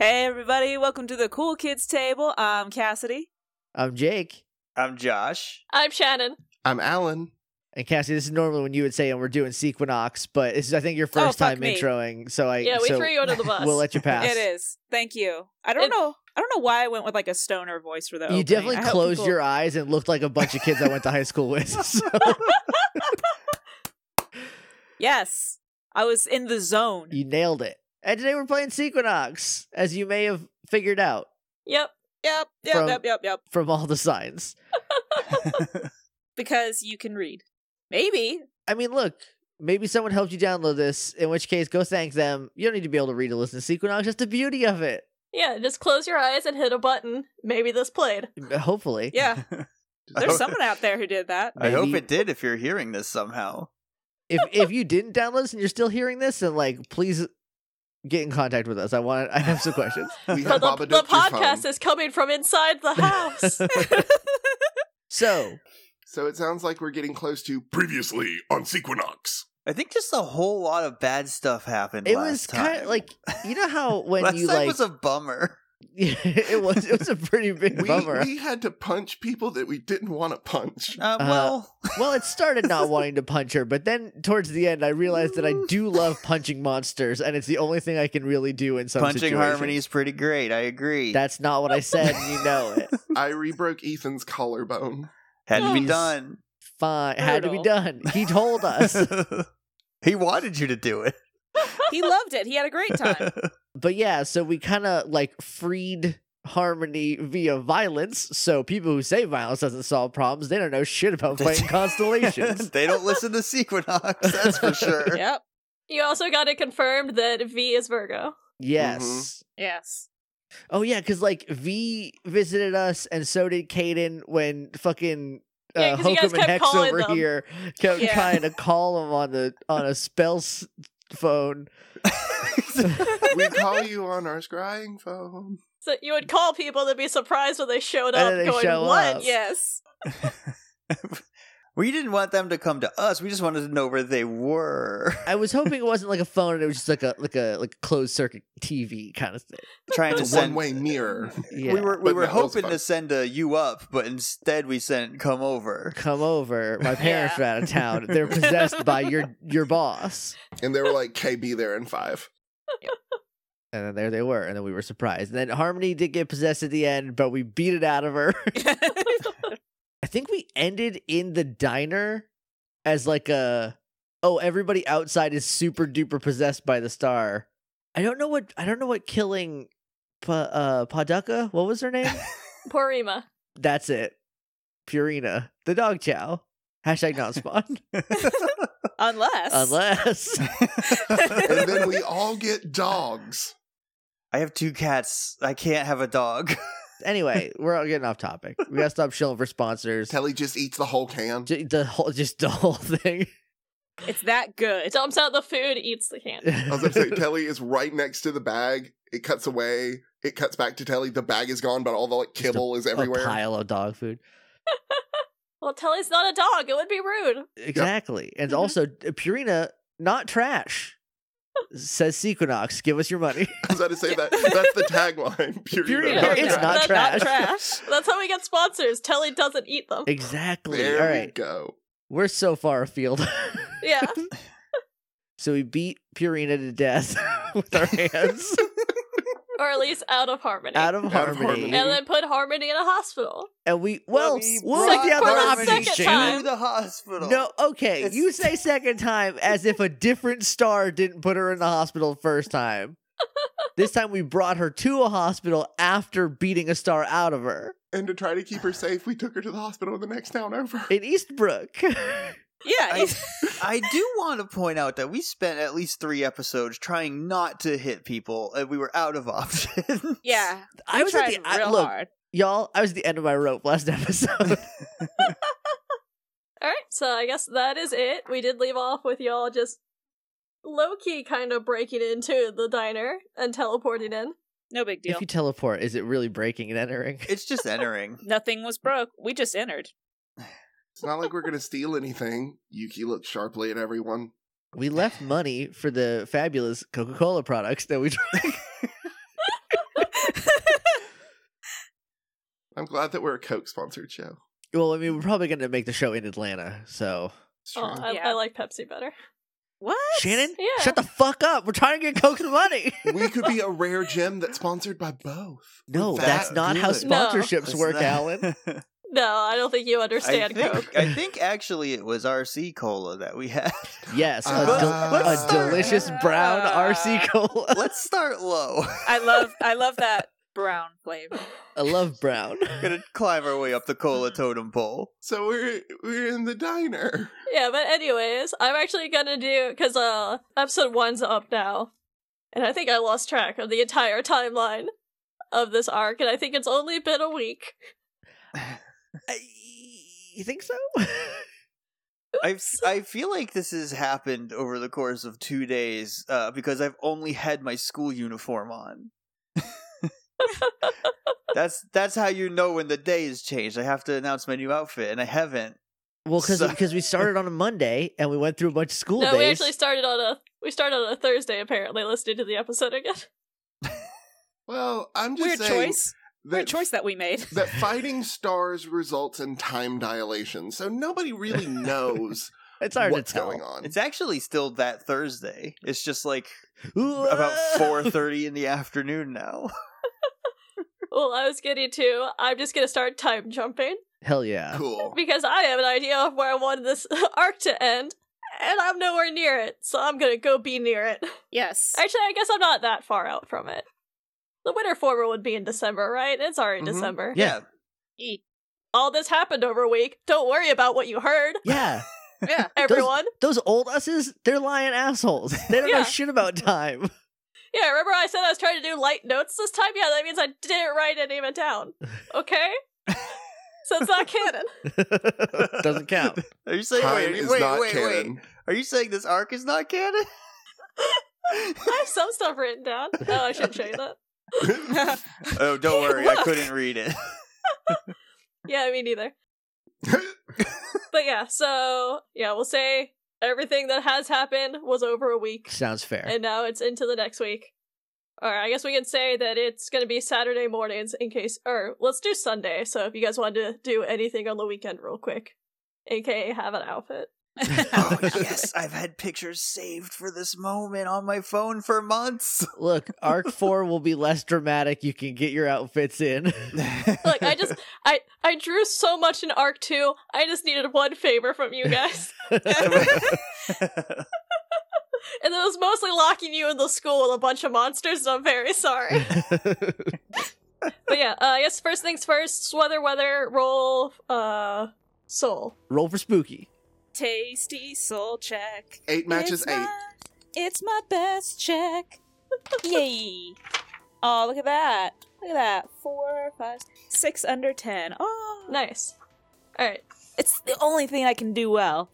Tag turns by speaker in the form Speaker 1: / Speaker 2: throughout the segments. Speaker 1: Hey, everybody, welcome to the Cool Kids Table. I'm Cassidy.
Speaker 2: I'm Um, Jake.
Speaker 3: I'm Josh.
Speaker 4: I'm Shannon.
Speaker 5: I'm Alan.
Speaker 2: And Cassie, this is normally when you would say, and we're doing Sequinox, but this is, I think, your
Speaker 1: Oh,
Speaker 2: first
Speaker 1: fuck
Speaker 2: time
Speaker 1: me.
Speaker 2: introing, so I
Speaker 4: yeah, we
Speaker 2: so
Speaker 4: threw you under the bus.
Speaker 2: we'll let you pass.
Speaker 1: It is. Thank you. I don't
Speaker 4: It-
Speaker 1: know. I don't know why I went with like a stoner voice for the.
Speaker 2: You
Speaker 1: opening.
Speaker 2: definitely
Speaker 1: I hope
Speaker 2: closed
Speaker 1: people-
Speaker 2: your eyes and looked like a bunch of kids I went to high school with. so-
Speaker 1: Yes, I was in the zone.
Speaker 2: you nailed it. And today we're playing Sequinox, as you may have figured out
Speaker 4: Yep.
Speaker 1: Yep, yep,
Speaker 2: From-
Speaker 1: yep, yep, yep.
Speaker 2: from all the signs.
Speaker 1: Because you can read. Maybe.
Speaker 2: I mean, look, maybe someone helped you download this, in which case, go thank them. You don't need to be able to read or listen to Sequinox, that's the beauty of it.
Speaker 4: Yeah, just close your eyes and hit a button. Maybe this played.
Speaker 2: Hopefully.
Speaker 1: Yeah, there's someone out there who did that.
Speaker 3: I hope
Speaker 2: Maybe-
Speaker 3: it did if you're hearing this somehow.
Speaker 2: if if you didn't download this and you're still hearing this, then like please get in contact with us. I want I have some questions.
Speaker 5: We
Speaker 4: But
Speaker 5: have
Speaker 4: the,
Speaker 5: Babadook
Speaker 4: the
Speaker 5: through phone.
Speaker 4: podcast is coming from inside the house.
Speaker 2: So
Speaker 5: So it sounds like we're getting close to previously on Sequinox.
Speaker 3: I think just a whole lot of bad stuff happened.
Speaker 2: it
Speaker 3: last
Speaker 2: was
Speaker 3: time.
Speaker 2: kind of like you know how when
Speaker 3: last
Speaker 2: you
Speaker 3: time
Speaker 2: like
Speaker 3: was a bummer.
Speaker 2: it was it was a pretty big
Speaker 5: We,
Speaker 2: bummer.
Speaker 5: we had to punch people that we didn't want to punch.
Speaker 3: Uh, well,
Speaker 2: Well, it started not wanting to punch her, but then towards the end, I realized that I do love punching monsters, and it's the only thing I can really do in some
Speaker 3: punching
Speaker 2: situations.
Speaker 3: harmony is pretty great. I agree.
Speaker 2: That's not what I said. and You know it.
Speaker 5: I rebroke Ethan's collarbone.
Speaker 3: had to be
Speaker 2: Jeez.
Speaker 3: done.
Speaker 2: Fine, had to be
Speaker 1: Brutal.
Speaker 2: done. He told us.
Speaker 3: he wanted you to do it.
Speaker 1: he loved it. He had a great time.
Speaker 2: But yeah, so we kind of like freed harmony via violence. So people who say violence doesn't solve problems, they don't know shit about
Speaker 3: They-
Speaker 2: playing constellations.
Speaker 3: they don't listen to Sequinox, that's for sure.
Speaker 1: Yep.
Speaker 4: you also got it confirmed that V is Virgo.
Speaker 2: Yes.
Speaker 3: Mm-hmm.
Speaker 1: Yes.
Speaker 2: Oh yeah, because like V visited us, and so did Caden when fucking.
Speaker 4: Yeah,
Speaker 2: Uh,
Speaker 4: 'cause you guys
Speaker 2: Hokum and
Speaker 4: kept
Speaker 2: Hex
Speaker 4: calling
Speaker 2: over
Speaker 4: them.
Speaker 2: here kept
Speaker 1: Yeah.
Speaker 2: trying to call him on the on a spell s- phone.
Speaker 5: We call you on our scrying phone.
Speaker 4: So you would call people to be surprised when they showed
Speaker 2: And
Speaker 4: up
Speaker 2: then they
Speaker 4: going,
Speaker 2: show
Speaker 4: What?
Speaker 2: up.
Speaker 4: Yeah.
Speaker 1: Yes.
Speaker 3: we didn't want them to come to us. We just wanted to know where they were.
Speaker 2: I was hoping it wasn't like a phone; it was just like a like a like a closed circuit TV kind of thing.
Speaker 3: Trying to
Speaker 5: It's a
Speaker 3: send
Speaker 5: one-way mirror.
Speaker 2: Yeah.
Speaker 3: We were we
Speaker 5: But
Speaker 3: were
Speaker 5: no, it was
Speaker 3: hoping
Speaker 5: fun.
Speaker 3: to send a you up, but instead we sent come over.
Speaker 2: come over. My parents are out of town. They're possessed by your your boss.
Speaker 5: And they were like, KB there in five.
Speaker 2: And then there they were, and then we were surprised. And then Harmony did get possessed at the end, but we beat it out of her. I think we ended in the diner as like a oh, everybody outside is super duper possessed by the star. I don't know what I don't know what killing pa, uh Paducah, what was her name?
Speaker 4: Poor Rima.
Speaker 2: That's it. Purina, the dog chow. Hashtag not spawn.
Speaker 1: Unless.
Speaker 2: Unless
Speaker 5: And then we all get dogs.
Speaker 3: I have two cats. I can't have a dog.
Speaker 2: anyway, we're all getting off topic. We gotta stop shilling for sponsors.
Speaker 5: Telly just eats the whole can.
Speaker 2: J- the whole, just the whole thing.
Speaker 1: It's that good.
Speaker 4: Dumps out the food, eats the candy.
Speaker 5: I was going to say, Telly is right next to the bag. It cuts away. It cuts back to Telly. The bag is gone, but all the like,
Speaker 2: Just a-
Speaker 5: kibble is
Speaker 2: A
Speaker 5: everywhere.
Speaker 2: pile of dog food.
Speaker 4: Well, Telly's not a dog. It would be rude.
Speaker 2: Exactly, and
Speaker 4: Mhm.
Speaker 2: also uh, Purina, not trash. Says Sequinox, give us your money.
Speaker 5: I was about to say that. That's the tagline. Purina.
Speaker 2: Purina,
Speaker 5: not
Speaker 2: it's
Speaker 5: trash.
Speaker 2: not
Speaker 4: That's
Speaker 2: trash.
Speaker 1: trash.
Speaker 4: That's how we get sponsors. Telly doesn't eat them.
Speaker 2: exactly.
Speaker 5: There
Speaker 2: All
Speaker 5: we
Speaker 2: right,
Speaker 5: go.
Speaker 2: we're so far afield.
Speaker 4: Yeah.
Speaker 2: so we beat Purina to death with our hands
Speaker 4: or at least out of harmony.
Speaker 2: out of
Speaker 5: Out of
Speaker 2: harmony,
Speaker 5: harmony.
Speaker 4: and then put harmony in a hospital.
Speaker 2: and we well,
Speaker 3: We
Speaker 2: we'll
Speaker 3: brought
Speaker 2: make the other
Speaker 4: For the
Speaker 2: option.
Speaker 4: second time.
Speaker 3: To the hospital.
Speaker 2: No, okay.
Speaker 3: It's-
Speaker 2: You say second time as if a different star didn't put her in the hospital first time. this time we brought her to a hospital after beating a star out of her
Speaker 5: And to try to keep her safe, we took her to the hospital the next town over.
Speaker 2: in Eastbrook.
Speaker 1: Yeah.
Speaker 3: I, I do want to point out that we spent at least three episodes trying not to hit people, and we were out of options.
Speaker 1: yeah.
Speaker 2: I
Speaker 1: we
Speaker 2: was at
Speaker 1: tried
Speaker 2: the I-
Speaker 1: real
Speaker 2: look,
Speaker 1: hard.
Speaker 2: y'all. I was at the end of my rope last episode.
Speaker 4: All right, so I guess that is it. We did leave off with y'all just low key kind of breaking into the diner and teleporting in. Oh,
Speaker 1: No big deal.
Speaker 2: if you teleport, is it really breaking and entering?
Speaker 3: It's just entering.
Speaker 1: Nothing was broke. We just entered.
Speaker 5: It's not like we're going to steal anything. Yuki looked sharply at everyone.
Speaker 2: We left money for the fabulous Coca Cola products that we drank.
Speaker 5: I'm glad that we're a Coke sponsored show.
Speaker 2: Well, I mean, we're probably going to make the show in Atlanta, so
Speaker 5: It's
Speaker 4: Oh,
Speaker 5: true.
Speaker 4: I,
Speaker 1: Yeah.
Speaker 4: I like Pepsi better.
Speaker 1: What?
Speaker 2: Shannon,
Speaker 4: Yeah.
Speaker 2: shut the fuck up. We're trying to get Coke's money.
Speaker 5: we could be a rare gem that's sponsored by both.
Speaker 2: no,
Speaker 5: We're
Speaker 3: that
Speaker 2: that's not how
Speaker 3: good.
Speaker 2: sponsorships
Speaker 3: That's
Speaker 2: work,
Speaker 3: not-
Speaker 2: Alan.
Speaker 4: No, I don't think you
Speaker 3: I
Speaker 4: understand Coke.
Speaker 3: think, I think actually it was RC cola that we had.
Speaker 2: Yes, a,
Speaker 5: Uh,
Speaker 2: del-
Speaker 5: let's
Speaker 2: a
Speaker 5: start-
Speaker 2: delicious brown
Speaker 1: Uh,
Speaker 2: RC cola.
Speaker 3: Let's start low.
Speaker 1: I love I love that brown flavor.
Speaker 2: I love brown.
Speaker 3: Gonna climb our way up the cola totem pole.
Speaker 5: So we're we're in the diner.
Speaker 4: Yeah, but anyways, I'm actually gonna do because uh episode one's up now, and I think I lost track of the entire timeline of this arc, and I think it's only been a week.
Speaker 2: I- you think so?
Speaker 3: I I feel like this has happened over the course of two days uh, because I've only had my school uniform on. that's that's how you know when the day has changed. I have to announce my new outfit, and I haven't.
Speaker 2: well, because
Speaker 3: So-
Speaker 2: we started on a Monday and we went through a bunch of school
Speaker 4: no,
Speaker 2: days.
Speaker 4: we actually started on a we started on a Thursday apparently listening to the episode again.
Speaker 5: Well, I'm just
Speaker 1: Weird
Speaker 5: saying
Speaker 1: choice. Weird
Speaker 5: that
Speaker 1: choice that we made.
Speaker 5: that fighting stars results in time dilation. So nobody really knows
Speaker 2: it's hard
Speaker 5: what's
Speaker 2: to tell.
Speaker 5: going on.
Speaker 3: It's actually still that Thursday. It's just like
Speaker 2: Ooh,
Speaker 3: about
Speaker 2: ah!
Speaker 3: four thirty in the afternoon now.
Speaker 4: Well, I was getting to I'm just gonna start time jumping
Speaker 2: Hell yeah.
Speaker 5: Cool.
Speaker 4: because I have an idea of where I wanted this arc to end, and I'm nowhere near it, so I'm gonna go be near it.
Speaker 1: Yes.
Speaker 4: Actually, I guess I'm not that far out from it. The winter former would be in December, right? It's already
Speaker 5: Mhm.
Speaker 4: December.
Speaker 2: Yeah.
Speaker 1: E-
Speaker 4: All this happened over a week. Don't worry about what you heard,
Speaker 2: Yeah.
Speaker 1: Yeah.
Speaker 4: everyone.
Speaker 2: Those old us's, they're lying assholes. They don't know
Speaker 4: Yeah.
Speaker 2: shit about time.
Speaker 4: Yeah, remember I said I was trying to do light notes this time? Yeah, that means I didn't write any of it down. Okay? so it's not canon.
Speaker 2: Doesn't count.
Speaker 3: Are you saying
Speaker 5: time
Speaker 3: wait,
Speaker 5: is
Speaker 3: wait,
Speaker 5: not
Speaker 3: wait, wait?
Speaker 5: canon.
Speaker 3: Are you saying this arc is not canon?
Speaker 4: I have some stuff written down. No, I shouldn't show you that.
Speaker 3: oh, don't worry, I
Speaker 1: Look.
Speaker 3: couldn't read it.
Speaker 4: Yeah, me neither. But yeah, so yeah, we'll say everything that has happened was over a week.
Speaker 2: Sounds fair.
Speaker 4: And now it's into the next week. Or I guess we can say that it's going to be Saturday mornings in case, or let's do Sunday. So if you guys wanted to do anything on the weekend, real quick, aka have an outfit.
Speaker 3: oh yes, I've had pictures saved for this moment on my phone for months.
Speaker 2: Look, arc four will be less dramatic. You can get your outfits in.
Speaker 4: Look, I just I I drew so much in Arc Two. I just needed one favor from you guys, and it was mostly locking you in the school with a bunch of monsters. And I'm very sorry. but yeah, uh, I guess first things first. Weather, weather, roll, uh, soul.
Speaker 2: Roll for spooky.
Speaker 1: Tasty soul check.
Speaker 5: Eight matches
Speaker 1: It's
Speaker 5: eight.
Speaker 1: my- it's my best check. Yay! Oh, look at that! Look at that! Four, five, six under ten. Oh,
Speaker 4: Nice. All right.
Speaker 1: it's the only thing I can do well.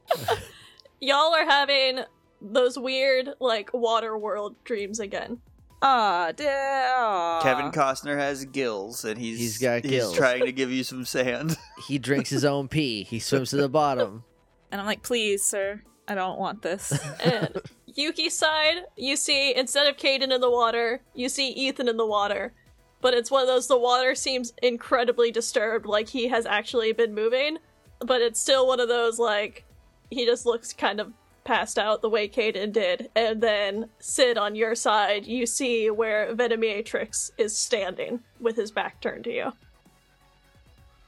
Speaker 4: y'all are having those weird like water world dreams again.
Speaker 1: Ah, da-
Speaker 4: Uh,
Speaker 3: Kevin Costner has gills, and he's
Speaker 2: He's got gills.
Speaker 3: trying to give you some sand.
Speaker 2: He drinks his own pee. He swims to the bottom.
Speaker 1: and I'm like, please, sir, I don't want this.
Speaker 4: And Yuki's side, you see instead of Caden in the water, you see Ethan in the water. But it's one of those the water seems incredibly disturbed, like he has actually been moving. But it's still one of those like he just looks kind of passed out the way Caden did. And then Sid on your side, you see where Venomatrix is standing with his back turned to you.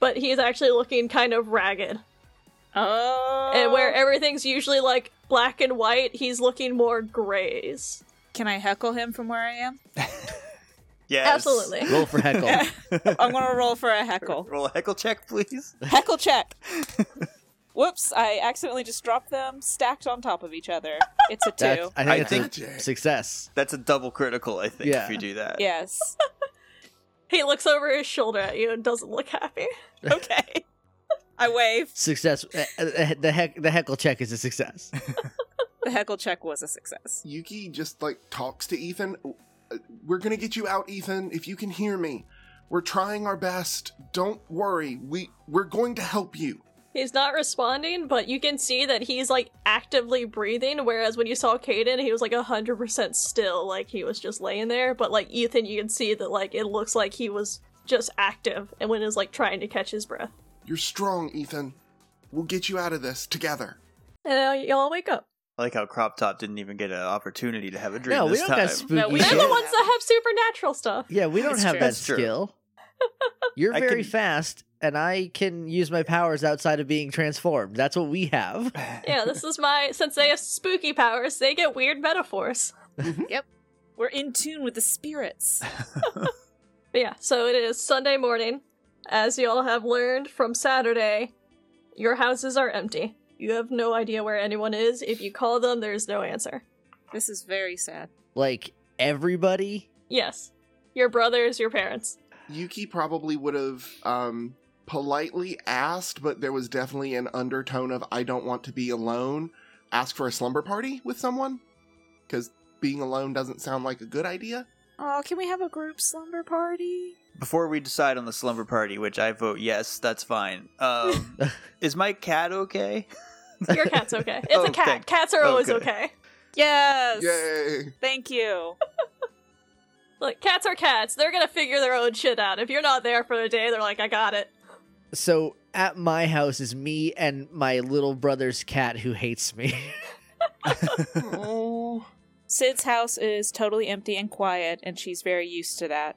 Speaker 4: But he's actually looking kind of ragged.
Speaker 1: oh,
Speaker 4: and where everything's usually like black and white, he's looking more grays.
Speaker 1: can I heckle him from where I am?
Speaker 3: Yes,
Speaker 4: Absolutely.
Speaker 2: Roll for heckle.
Speaker 1: I'm gonna roll for a heckle.
Speaker 3: Roll a heckle check, please.
Speaker 1: Heckle check. Whoops! I accidentally just dropped them stacked on top of each other. It's a two.
Speaker 2: That's, I think
Speaker 3: I
Speaker 2: it's a
Speaker 5: think-
Speaker 2: success.
Speaker 3: That's a double critical, I think,
Speaker 2: Yeah.
Speaker 3: if you do that.
Speaker 1: Yes.
Speaker 4: He looks over his shoulder at you and doesn't look happy.
Speaker 1: Okay. I wave.
Speaker 2: Success. Uh, uh, the heck. The heckle check is a success.
Speaker 1: The heckle check was a success.
Speaker 5: Yuki just like talks to Ethan. Uh, We're gonna get you out, Ethan. If you can hear me, we're trying our best. Don't worry. We we're going to help you.
Speaker 4: He's not responding, but you can see that he's like actively breathing, whereas when you saw Caden, he was like 100% still, like he was just laying there. But like Ethan, you can see that like it looks like he was just active and when is like trying to catch his breath.
Speaker 5: You're strong, Ethan. We'll get you out of this together.
Speaker 4: And now y'all wake up.
Speaker 3: I like how Crop Top didn't even get an opportunity to have a dream
Speaker 2: No, we
Speaker 3: this
Speaker 2: don't
Speaker 3: time.
Speaker 2: got spooky
Speaker 1: we
Speaker 4: They're
Speaker 2: shit.
Speaker 4: the ones that have supernatural stuff.
Speaker 2: Yeah, we don't
Speaker 1: That's
Speaker 2: have
Speaker 1: true.
Speaker 2: that
Speaker 3: That's true.
Speaker 2: skill. You're
Speaker 3: I
Speaker 2: very
Speaker 3: can-
Speaker 2: fast, and I can use my powers outside of being transformed. That's what we have.
Speaker 4: Yeah, this is my since they have spooky powers, they get weird metaphors.
Speaker 1: We're in tune with the spirits.
Speaker 4: But yeah, so it is Sunday morning. As you all have learned from Saturday, your houses are empty. You have no idea where anyone is. If you call them, there is no answer.
Speaker 1: This is very sad.
Speaker 2: Like everybody.
Speaker 4: Yes. Your brothers, your parents.
Speaker 5: Yuki probably would have um, politely asked, but there was definitely an undertone of "I don't want to be alone." Ask for a slumber party with someone, because being alone doesn't sound like a good idea.
Speaker 1: Oh, can we have a group slumber party?
Speaker 3: Before we decide on the slumber party, which I vote yes, that's fine. Um, is my cat okay?
Speaker 4: Your cat's okay. It's a
Speaker 3: Oh,
Speaker 4: cat.
Speaker 3: thank-
Speaker 4: Cats are
Speaker 3: oh,
Speaker 4: always
Speaker 3: good.
Speaker 4: okay.
Speaker 1: Yes.
Speaker 5: Yay!
Speaker 1: Thank you.
Speaker 4: Like cats are cats. They're gonna figure their own shit out. If you're not there for the day, they're like, I got it.
Speaker 2: So at my house is me and my little brother's cat who hates me.
Speaker 5: oh,
Speaker 1: Sid's house is totally empty and quiet, and she's very used to that.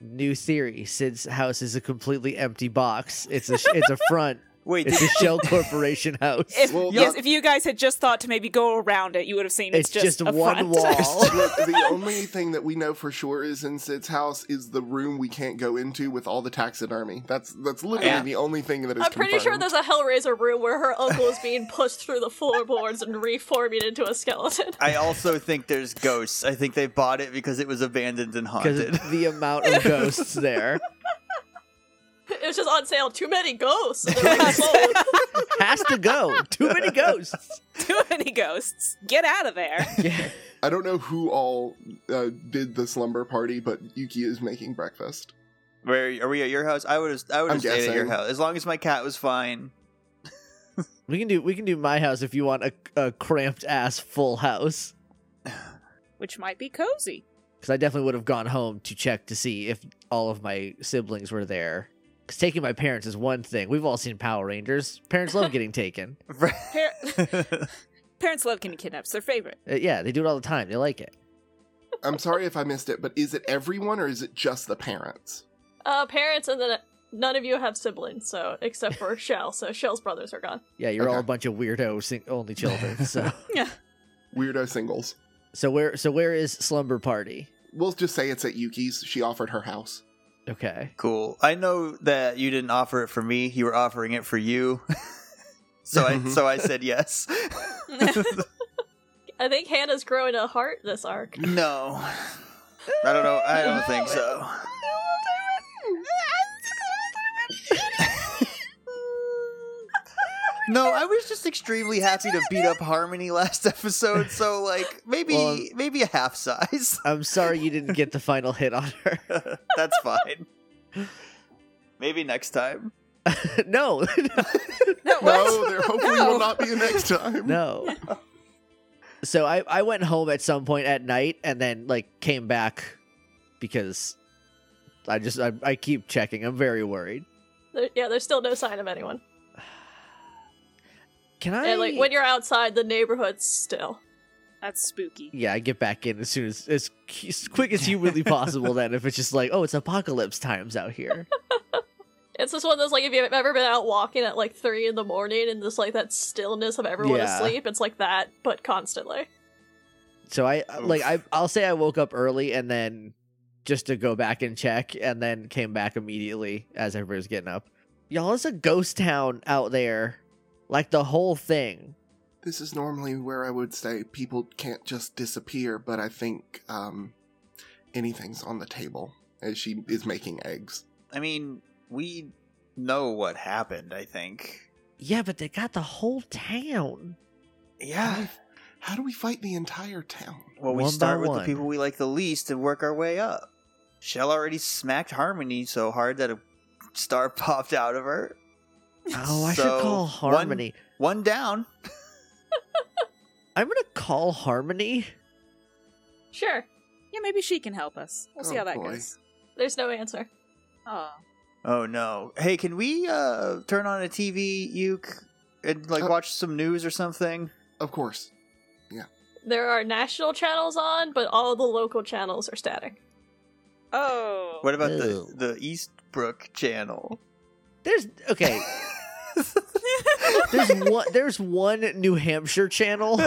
Speaker 2: New theory: Sid's house is a completely empty box. It's a sh- it's a front.
Speaker 3: Wait,
Speaker 2: It's a
Speaker 3: did-
Speaker 2: shell corporation house.
Speaker 1: If,
Speaker 5: Well,
Speaker 1: yes,
Speaker 5: yeah.
Speaker 1: if you guys had just thought to maybe go around it, you would have seen it's,
Speaker 2: It's just
Speaker 1: a
Speaker 2: one
Speaker 1: front.
Speaker 2: wall.
Speaker 5: the, the only thing that we know for sure is in Sid's house is the room we can't go into with all the taxidermy. That's that's literally
Speaker 3: Yeah.
Speaker 5: the only thing that is.
Speaker 4: I'm pretty sure
Speaker 5: confirmed.
Speaker 4: there's a Hellraiser room where her uncle is being pushed through the floorboards and reforming into a skeleton.
Speaker 3: I also think there's ghosts. I think they bought it because it was abandoned and
Speaker 2: because
Speaker 3: haunted.
Speaker 2: of the amount of ghosts there
Speaker 4: It was just on sale. Too many ghosts. and they're like, "Sold."
Speaker 2: has to go. Too many ghosts.
Speaker 1: Too many ghosts. Get out of there.
Speaker 2: Yeah.
Speaker 5: I don't know who all uh, did the slumber party, but Yuki is making breakfast.
Speaker 3: Where are we at your house? I would have. I would
Speaker 5: I'm
Speaker 3: have stayed at your
Speaker 5: guessing.
Speaker 3: house as long as my cat was fine.
Speaker 2: We can do we can do my house if you want a, a cramped ass full house
Speaker 1: Which might be cozy.
Speaker 2: because I definitely would have gone home to check to see if all of my siblings were there. Because taking my parents is one thing. We've all seen Power Rangers. Parents love getting taken.
Speaker 1: Par- parents love getting kidnapped. It's their favorite.
Speaker 2: Uh, yeah, they do it all the time. They like it.
Speaker 5: I'm sorry if I missed it, but is it everyone or is it just the parents?
Speaker 4: uh, parents and then none of you have siblings, so except for Shell. So Shell's brothers are gone.
Speaker 2: Yeah, you're all
Speaker 5: Okay.
Speaker 2: a bunch of weirdo sing- only children. So
Speaker 5: Weirdo singles.
Speaker 2: so where so where is Slumber Party?
Speaker 5: We'll just say it's at Yuki's. She offered her house.
Speaker 2: Okay.
Speaker 3: cool. I know that you didn't offer it for me. You were offering it for you. so I
Speaker 5: Mhm.
Speaker 3: so I said yes.
Speaker 4: I think Hannah's growing a heart this arc.
Speaker 3: no, I don't know. I don't think so. No, I was just extremely happy to beat up Harmony last episode, so like maybe
Speaker 2: Well-
Speaker 3: maybe a half size.
Speaker 2: I'm sorry you didn't get the final hit on her.
Speaker 3: That's fine. Maybe next time.
Speaker 2: no,
Speaker 1: No,
Speaker 5: No, there hopefully
Speaker 1: No.
Speaker 5: will not be a next time.
Speaker 2: no. So I, I went home at some point at night and then like came back because I just I, I keep checking. I'm very worried.
Speaker 4: There, yeah, there's still no sign of anyone.
Speaker 2: Can I
Speaker 4: And Uh, like when you're outside, the neighborhood's still.
Speaker 1: That's spooky.
Speaker 2: yeah, I get back in as soon as as, qu- as quick as humanly possible. Then if it's just like oh, it's apocalypse times out here.
Speaker 4: It's just one of those like if you've ever been out walking at like three in the morning and just like that stillness of everyone
Speaker 2: Yeah.
Speaker 4: asleep, it's like that, but constantly.
Speaker 2: So I uh, like I
Speaker 3: Oof.
Speaker 2: I'll say I woke up early and then just to go back and check and then came back immediately as everybody was getting up. Y'all, it's a ghost town out there. Like the whole thing.
Speaker 5: This is normally where I would say people can't just disappear, but I think um, anything's on the table as she is making eggs.
Speaker 3: I mean, we know what happened, I think.
Speaker 2: Yeah, but they got the whole town.
Speaker 3: Yeah.
Speaker 5: How do we fight the entire town?
Speaker 3: Well, we
Speaker 2: One by
Speaker 3: start with
Speaker 2: one.
Speaker 3: the people we like the least and work our way up. Shell already smacked Harmony so hard that a star popped out of her.
Speaker 2: Oh, I
Speaker 3: So,
Speaker 2: should call
Speaker 3: one-
Speaker 2: Harmony.
Speaker 3: One down.
Speaker 2: I'm gonna call Harmony.
Speaker 4: Sure.
Speaker 1: Yeah, maybe she can help us. We'll see
Speaker 5: Oh,
Speaker 1: how that
Speaker 5: boy.
Speaker 1: goes.
Speaker 4: There's no answer.
Speaker 1: Oh.
Speaker 3: Oh no. Hey, can we uh turn on a TV, Uke, and like
Speaker 5: Uh,
Speaker 3: watch some news or something?
Speaker 5: Of course.
Speaker 4: There are national channels on, but all the local channels are static.
Speaker 1: Oh.
Speaker 3: What about
Speaker 2: Ew.
Speaker 3: the the Eastbrook channel?
Speaker 2: There's okay. There's one. There's one New Hampshire channel.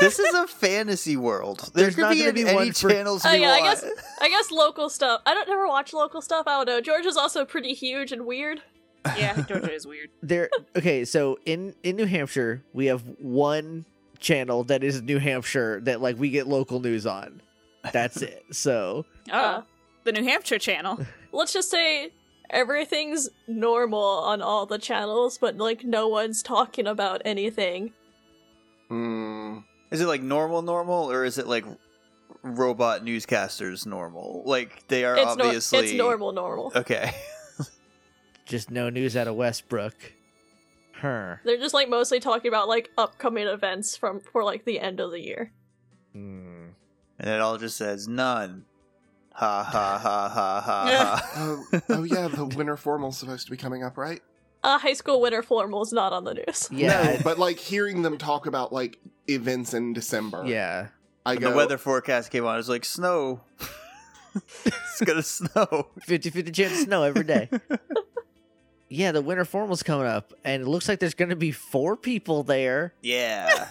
Speaker 3: this is a fantasy world. There
Speaker 2: There's
Speaker 3: could
Speaker 2: not
Speaker 3: be
Speaker 2: gonna
Speaker 3: any,
Speaker 2: be
Speaker 3: any
Speaker 2: one for-
Speaker 3: channels
Speaker 4: Oh,
Speaker 3: you
Speaker 4: yeah, I
Speaker 3: want.
Speaker 4: I guess local stuff. I don't never watch local stuff. I don't know. George is also pretty huge and weird.
Speaker 1: Yeah, Georgia is weird.
Speaker 2: There. Okay, so in in New Hampshire, we have one channel that is New Hampshire that like we get local news on. That's it. So
Speaker 1: Oh.
Speaker 4: Uh.
Speaker 1: the New Hampshire channel.
Speaker 4: Let's just say everything's normal on all the channels, but like no one's talking about anything.
Speaker 5: Mm,
Speaker 3: Is it like normal, normal, or is it like robot newscasters normal? Like they are
Speaker 4: It's, nor-
Speaker 3: obviously
Speaker 4: it's normal, normal.
Speaker 3: Okay.
Speaker 2: just no news out of Westbrook. Huh.
Speaker 4: They're just like mostly talking about like upcoming events from for like the end of the year.
Speaker 2: Hmm.
Speaker 3: And it all just says none. Ha ha ha ha ha ha.
Speaker 5: oh, oh yeah, the winter formal's supposed to be coming up, right?
Speaker 4: Uh, high school winter formal is not on the news.
Speaker 2: Yeah.
Speaker 5: No, but like hearing them talk about like events in December.
Speaker 2: yeah.
Speaker 5: I
Speaker 3: And
Speaker 5: go.
Speaker 3: the weather forecast came on. It's like snow. it's gonna snow.
Speaker 2: 50-50 chance of snow every day. yeah, the winter formal's coming up, and it looks like there's going to be four people there.
Speaker 3: Yeah.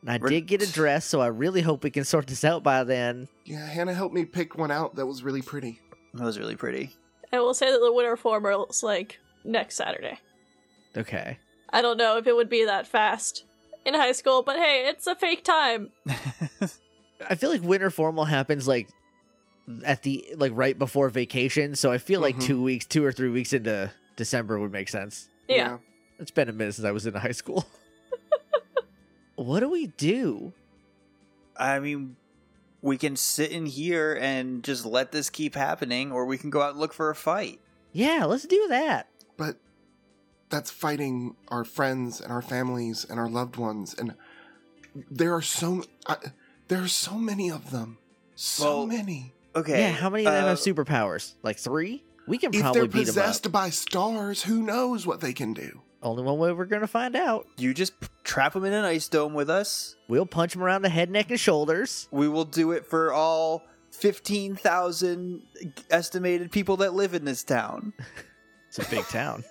Speaker 2: And I
Speaker 3: We're-
Speaker 2: did get a dress, so I really hope we can sort this out by then.
Speaker 5: Yeah, Hannah helped me pick one out that was really pretty.
Speaker 3: That was really pretty.
Speaker 4: I will say that the winter formal is like next Saturday.
Speaker 2: Okay.
Speaker 4: I don't know if it would be that fast in high school, but hey, it's a fake time.
Speaker 2: I feel like winter formal happens like
Speaker 3: Hmm.
Speaker 2: at the like right before vacation, so I feel like
Speaker 3: Mm-hmm.
Speaker 5: Mhm.
Speaker 2: two weeks, two or three weeks into December would make sense.
Speaker 4: Yeah.
Speaker 2: It's been a minute since I was in high school. what do we do?
Speaker 3: I mean, we can sit in here and just let this keep happening, or we can go out and look for a fight.
Speaker 2: Yeah, let's do that.
Speaker 5: but that's fighting our friends and our families and our loved ones, and there are so I, there are so many of them. So
Speaker 3: Well,
Speaker 5: many.
Speaker 3: Okay.
Speaker 2: Yeah, how many of them
Speaker 3: uh,
Speaker 2: have superpowers? Like three? We can
Speaker 5: If
Speaker 2: probably
Speaker 5: they're
Speaker 2: beat them up.
Speaker 5: possessed by stars, who knows what they can do?
Speaker 2: Only one way we're gonna find out.
Speaker 3: You just p- trap them in an ice dome with us.
Speaker 2: We'll punch him around the head, neck, and shoulders.
Speaker 3: We will do it for all fifteen thousand estimated people that live in this town.
Speaker 2: It's a big town.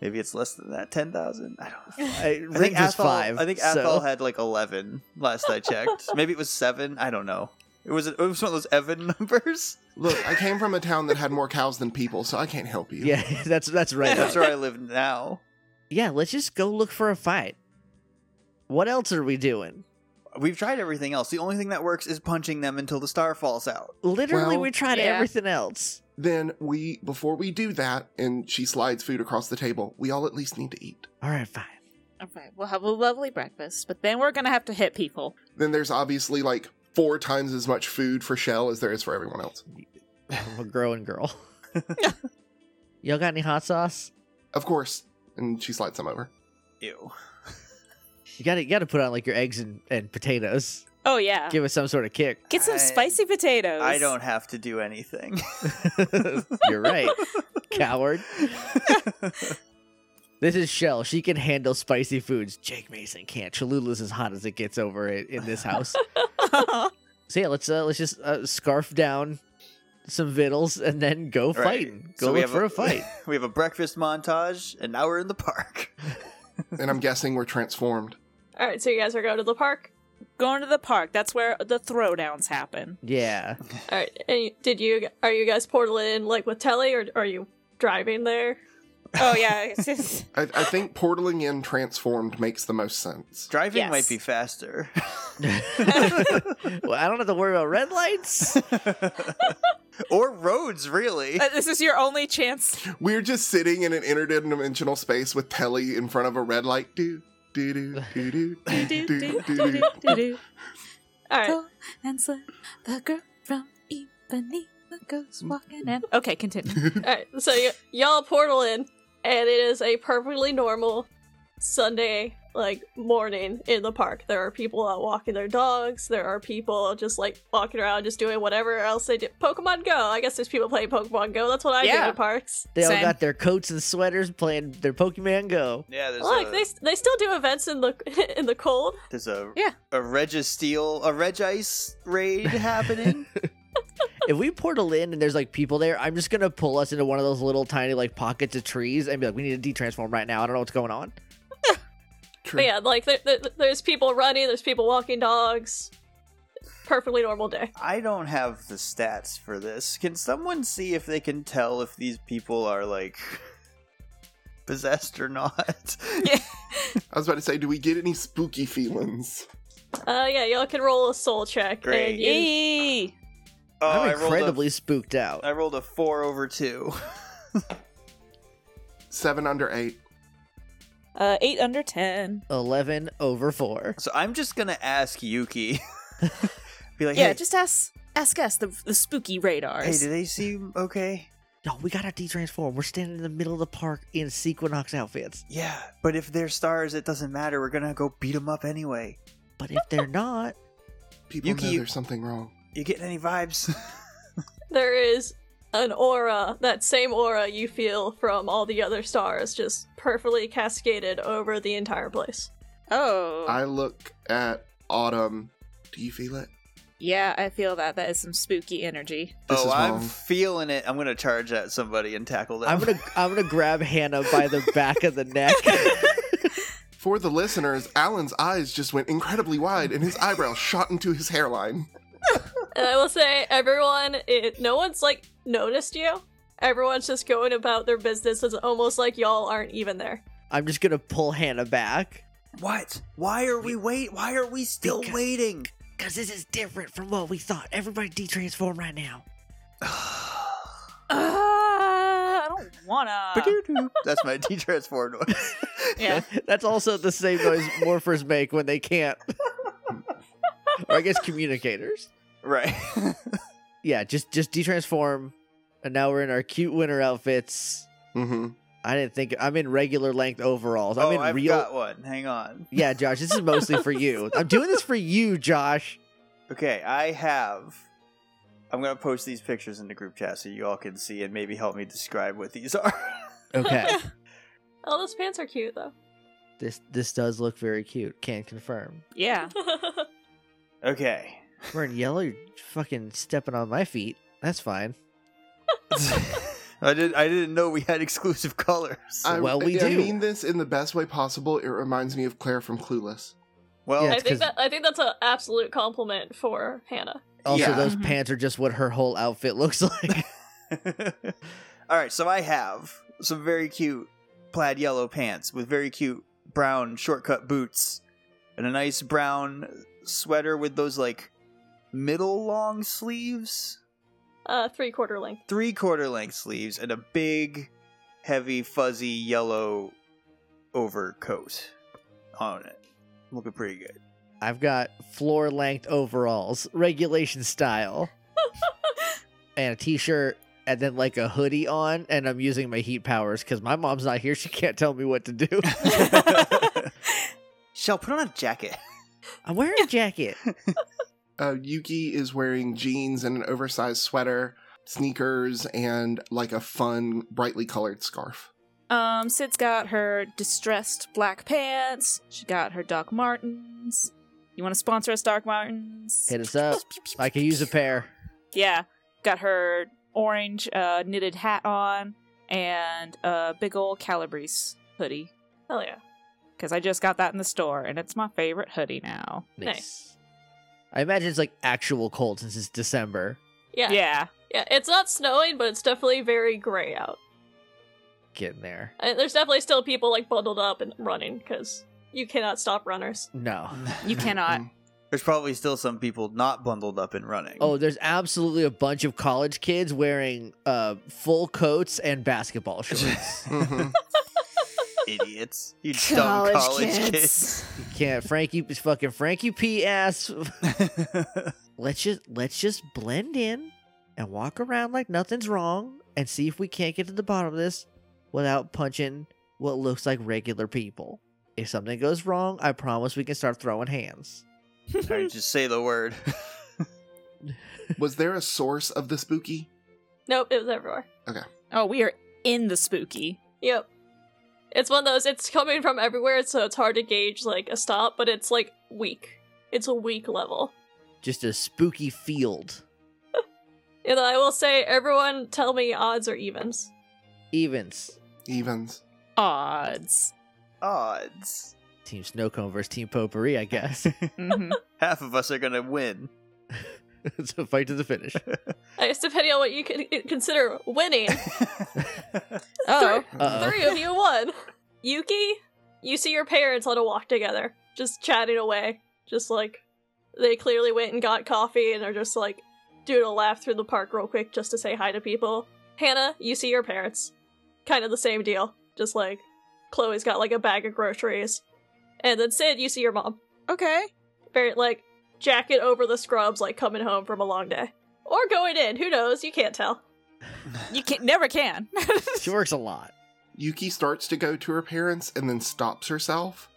Speaker 3: Maybe it's less than that, ten thousand. I don't. know.
Speaker 2: I,
Speaker 3: I think
Speaker 2: Riggs is
Speaker 3: Athol-
Speaker 2: five.
Speaker 3: I think
Speaker 2: so-
Speaker 3: Athol had like eleven last I checked. Maybe it was seven. I don't know. It was it was one of those Evan numbers.
Speaker 5: Look, I came from a town that had more cows than people, so I can't help you.
Speaker 2: Yeah, that's that's right.
Speaker 3: That's where I live now.
Speaker 2: Yeah, let's just go look for a fight. What else are we doing?
Speaker 3: We've tried everything else. The only thing that works is punching them until the star falls out.
Speaker 2: Literally,
Speaker 5: Well-
Speaker 2: we tried
Speaker 1: Yeah.
Speaker 2: everything else.
Speaker 5: Then we, before we do that, and she slides food across the table, we all at least need to eat.
Speaker 2: All right, fine.
Speaker 1: Okay, we'll have a lovely breakfast, but then we're gonna have to hit people.
Speaker 5: Then there's obviously like four times as much food for Shell as there is for everyone else.
Speaker 2: I'm a growing girl. Y'all got any hot sauce?
Speaker 5: Of course. And she slides some over.
Speaker 3: Ew.
Speaker 2: You gotta you gotta put on like your eggs and, and potatoes.
Speaker 1: Oh yeah,
Speaker 2: Give us some sort of kick.
Speaker 1: get some
Speaker 3: I-
Speaker 1: spicy potatoes.
Speaker 3: I don't have to do anything.
Speaker 2: You're right, coward. This is Shell. She can handle spicy foods. Jake Mason can't. Cholula's as hot as it gets over it in this house. so yeah, let's uh, let's just uh, scarf down some vittles and then go
Speaker 3: Right.
Speaker 2: fighting. Go
Speaker 3: So we
Speaker 2: look
Speaker 3: have
Speaker 2: for a, fight.
Speaker 3: we have a breakfast montage, and now we're in the park.
Speaker 5: And I'm guessing we're transformed.
Speaker 4: All right, so you guys are going to the park.
Speaker 1: Going to the park. That's where the throwdowns happen.
Speaker 2: yeah,
Speaker 4: All right, and you- did you are you guys portaling in like with Telly or are you driving there?
Speaker 1: Oh yeah, it's just-
Speaker 5: I, I think portaling in transformed makes the most sense.
Speaker 3: Driving
Speaker 1: Yes.
Speaker 3: might be faster.
Speaker 2: well, I don't have to worry about red lights.
Speaker 3: or roads, really.
Speaker 1: Uh, this is your only chance.
Speaker 5: We're just sitting in an interdimensional space with Telly in front of a red light. Do, do, do, do, do, do, do, do, do.
Speaker 4: All right,
Speaker 1: and slip the girl from Ipanema goes
Speaker 2: Mm.
Speaker 1: walking and. Okay, continue.
Speaker 4: all right. So y- y'all portal in, and it is a perfectly normal Sunday like morning in the park. There are people out walking their dogs. There are people just like walking around, just doing whatever else they do. Pokemon Go. I guess there's people playing Pokemon Go. That's what I
Speaker 1: Yeah.
Speaker 4: do in parks.
Speaker 2: They all
Speaker 1: Same.
Speaker 2: got their coats and sweaters playing their Pokemon Go.
Speaker 3: Yeah, there's
Speaker 4: Look,
Speaker 3: a
Speaker 4: they they still do events in the in the cold.
Speaker 3: there's a
Speaker 1: Yeah.
Speaker 3: a Registeel a Regice raid happening.
Speaker 2: if we portal in and there's like people there, I'm just gonna pull us into one of those little tiny like pockets of trees and be like, we need to detransform right now. I don't know what's going on.
Speaker 5: True.
Speaker 4: But yeah, like there, there, there's people running. There's people walking dogs. Perfectly normal day.
Speaker 3: I don't have the stats for this. Can someone see if they can tell if these people are like possessed or not?
Speaker 5: I was about to say, do we get any spooky feelings?
Speaker 4: Uh, yeah, y'all can roll a soul check.
Speaker 3: Great.
Speaker 4: And you,
Speaker 1: Yay!
Speaker 3: Oh, I
Speaker 2: I'm
Speaker 3: rolled a-
Speaker 2: incredibly spooked out.
Speaker 3: I rolled a four over two.
Speaker 5: Seven under eight.
Speaker 1: Uh, eight under ten.
Speaker 2: Eleven over four.
Speaker 3: So I'm just gonna ask Yuki. Be like,
Speaker 1: Yeah,
Speaker 3: hey,
Speaker 1: just ask ask us the the spooky
Speaker 3: hey,
Speaker 1: radars.
Speaker 3: do they seem okay?
Speaker 2: No, we gotta detransform. We're standing in the middle of the park in Sequinox outfits.
Speaker 3: Yeah, but if they're stars, it doesn't matter. We're gonna go beat them up anyway.
Speaker 2: But if they're not,
Speaker 5: People
Speaker 3: Yuki,
Speaker 5: know
Speaker 3: you-
Speaker 5: there's something wrong.
Speaker 3: You getting any vibes?
Speaker 4: there is an aura, that same aura you feel from all the other stars, just perfectly cascaded over the entire place.
Speaker 1: oh,
Speaker 5: I look at Autumn. Do you feel it?
Speaker 1: yeah, I feel that. That is some spooky energy.
Speaker 5: This
Speaker 3: oh,
Speaker 5: is
Speaker 3: I'm
Speaker 5: wrong.
Speaker 3: feeling it. I'm gonna charge at somebody and tackle them.
Speaker 2: I'm gonna I'm gonna grab Hannah by the back of the neck.
Speaker 5: For the listeners, Alan's eyes just went incredibly wide and his eyebrows shot into his hairline.
Speaker 4: And I will say, everyone, it, no one's like noticed you. Everyone's just going about their business. It's almost like y'all aren't even there.
Speaker 2: I'm just gonna pull Hannah back.
Speaker 3: What? Why are we wait? Why are we still
Speaker 2: Because-
Speaker 3: waiting?
Speaker 2: Cause this is different from what we thought. Everybody detransform right now.
Speaker 1: Uh, Ah, I don't wanna.
Speaker 3: Ba-doo-doo. That's my D-transform noise.
Speaker 1: yeah,
Speaker 2: That's also the same noise morphers make when they can't. or I guess communicators.
Speaker 3: right.
Speaker 2: Yeah, just just detransform. And now we're in our cute winter outfits.
Speaker 5: Mm-hmm.
Speaker 2: I didn't think I'm in regular length overalls. I'm
Speaker 3: oh,
Speaker 2: in
Speaker 3: I've
Speaker 2: real
Speaker 3: got one. Hang on.
Speaker 2: Yeah, Josh, this is mostly for you. I'm doing this for you, Josh.
Speaker 3: Okay, I have. I'm gonna post these pictures in the group chat so you all can see and maybe help me describe what these are.
Speaker 2: Okay.
Speaker 4: Oh, those pants are cute though.
Speaker 2: this this does look very cute. Can confirm.
Speaker 1: yeah.
Speaker 3: okay.
Speaker 2: Wearing yellow, you're fucking stepping on my feet. That's fine.
Speaker 3: I didn't. I didn't know we had exclusive colors.
Speaker 5: I,
Speaker 2: Well, we
Speaker 5: I, I
Speaker 2: do.
Speaker 5: mean this in the best way possible. It reminds me of Claire from Clueless.
Speaker 3: well,
Speaker 2: Yeah,
Speaker 4: I
Speaker 2: it's
Speaker 4: think
Speaker 2: 'cause-
Speaker 4: that I think that's an absolute compliment for Hannah.
Speaker 2: Also,
Speaker 5: Yeah.
Speaker 2: those
Speaker 1: Mhm.
Speaker 2: pants are just what her whole outfit looks like.
Speaker 3: all right. So I have some very cute plaid yellow pants with very cute brown shortcut boots and a nice brown sweater with those like middle long sleeves.
Speaker 4: Uh, three quarter length.
Speaker 3: three quarter length sleeves and a big, heavy, fuzzy yellow overcoat on it. Looking pretty good.
Speaker 2: I've got floor length overalls, regulation style, and a t shirt, and then like a hoodie on. And I'm using my heat powers because my mom's not here. She can't tell me what to do.
Speaker 3: Shell, put on a jacket.
Speaker 2: I'm wearing a jacket.
Speaker 5: Uh, Yuki is wearing jeans and an oversized sweater, sneakers, and like a fun, brightly colored scarf.
Speaker 1: Um, Sid's got her distressed black pants. She got her Doc Martens. You want to sponsor us, Doc Martens?
Speaker 2: Hit us up. I could use a pair.
Speaker 1: Yeah, got her orange uh, knitted hat on and a big old Calabrese hoodie.
Speaker 4: Hell yeah.
Speaker 1: Because I just got that in the store, and it's my favorite hoodie now.
Speaker 2: Nice. I imagine it's like actual cold since it's December.
Speaker 4: Yeah. yeah.
Speaker 1: Yeah.
Speaker 4: It's not snowing, but it's definitely very gray out.
Speaker 2: Getting there.
Speaker 4: Uh, there's definitely still people like bundled up and running because you cannot stop runners.
Speaker 2: No.
Speaker 1: You cannot.
Speaker 3: There's probably still some people not bundled up and running.
Speaker 2: Oh, there's absolutely a bunch of college kids wearing uh, full coats and basketball shorts.
Speaker 5: Mhm.
Speaker 3: idiots! You dumb college kids.
Speaker 2: you can't Frankie fucking Frankie P ass. Let's just let's just blend in and walk around like nothing's wrong and see if we can't get to the bottom of this without punching what looks like regular people. if something goes wrong, I promise we can start throwing hands.
Speaker 3: All right, just say the word.
Speaker 5: Was there a source of the spooky?
Speaker 4: Nope, it was everywhere.
Speaker 1: Oh, we are in the spooky.
Speaker 4: Yep. It's one of those, it's coming from everywhere, so it's hard to gauge like a stop, but it's like weak. It's a weak level.
Speaker 2: Just a spooky field.
Speaker 4: And I will say, everyone tell me odds or evens.
Speaker 2: Evens.
Speaker 5: Evans.
Speaker 1: Odds.
Speaker 3: Odds.
Speaker 2: Team Snowcone versus Team Potpourri, I guess.
Speaker 1: Mhm.
Speaker 3: Half of us are gonna win.
Speaker 2: it's a fight to the finish.
Speaker 4: I guess depending on what you can consider winning,
Speaker 1: Oh,
Speaker 2: Uh-oh.
Speaker 4: three of you won. Yuki, you see your parents on a walk together, just chatting away. Just like, they clearly went and got coffee and are just like doing a laugh through the park real quick just to say hi to people. Hannah, you see your parents. Kind of the same deal. Just like, Chloe's got like a bag of groceries. And then Sid, you see your mom.
Speaker 1: okay.
Speaker 4: Very like, jacket over the scrubs, like coming home from a long day. Or going in, who knows? You can't tell.
Speaker 1: You can never can.
Speaker 2: She works a lot.
Speaker 5: Yuki starts to go to her parents and then stops herself.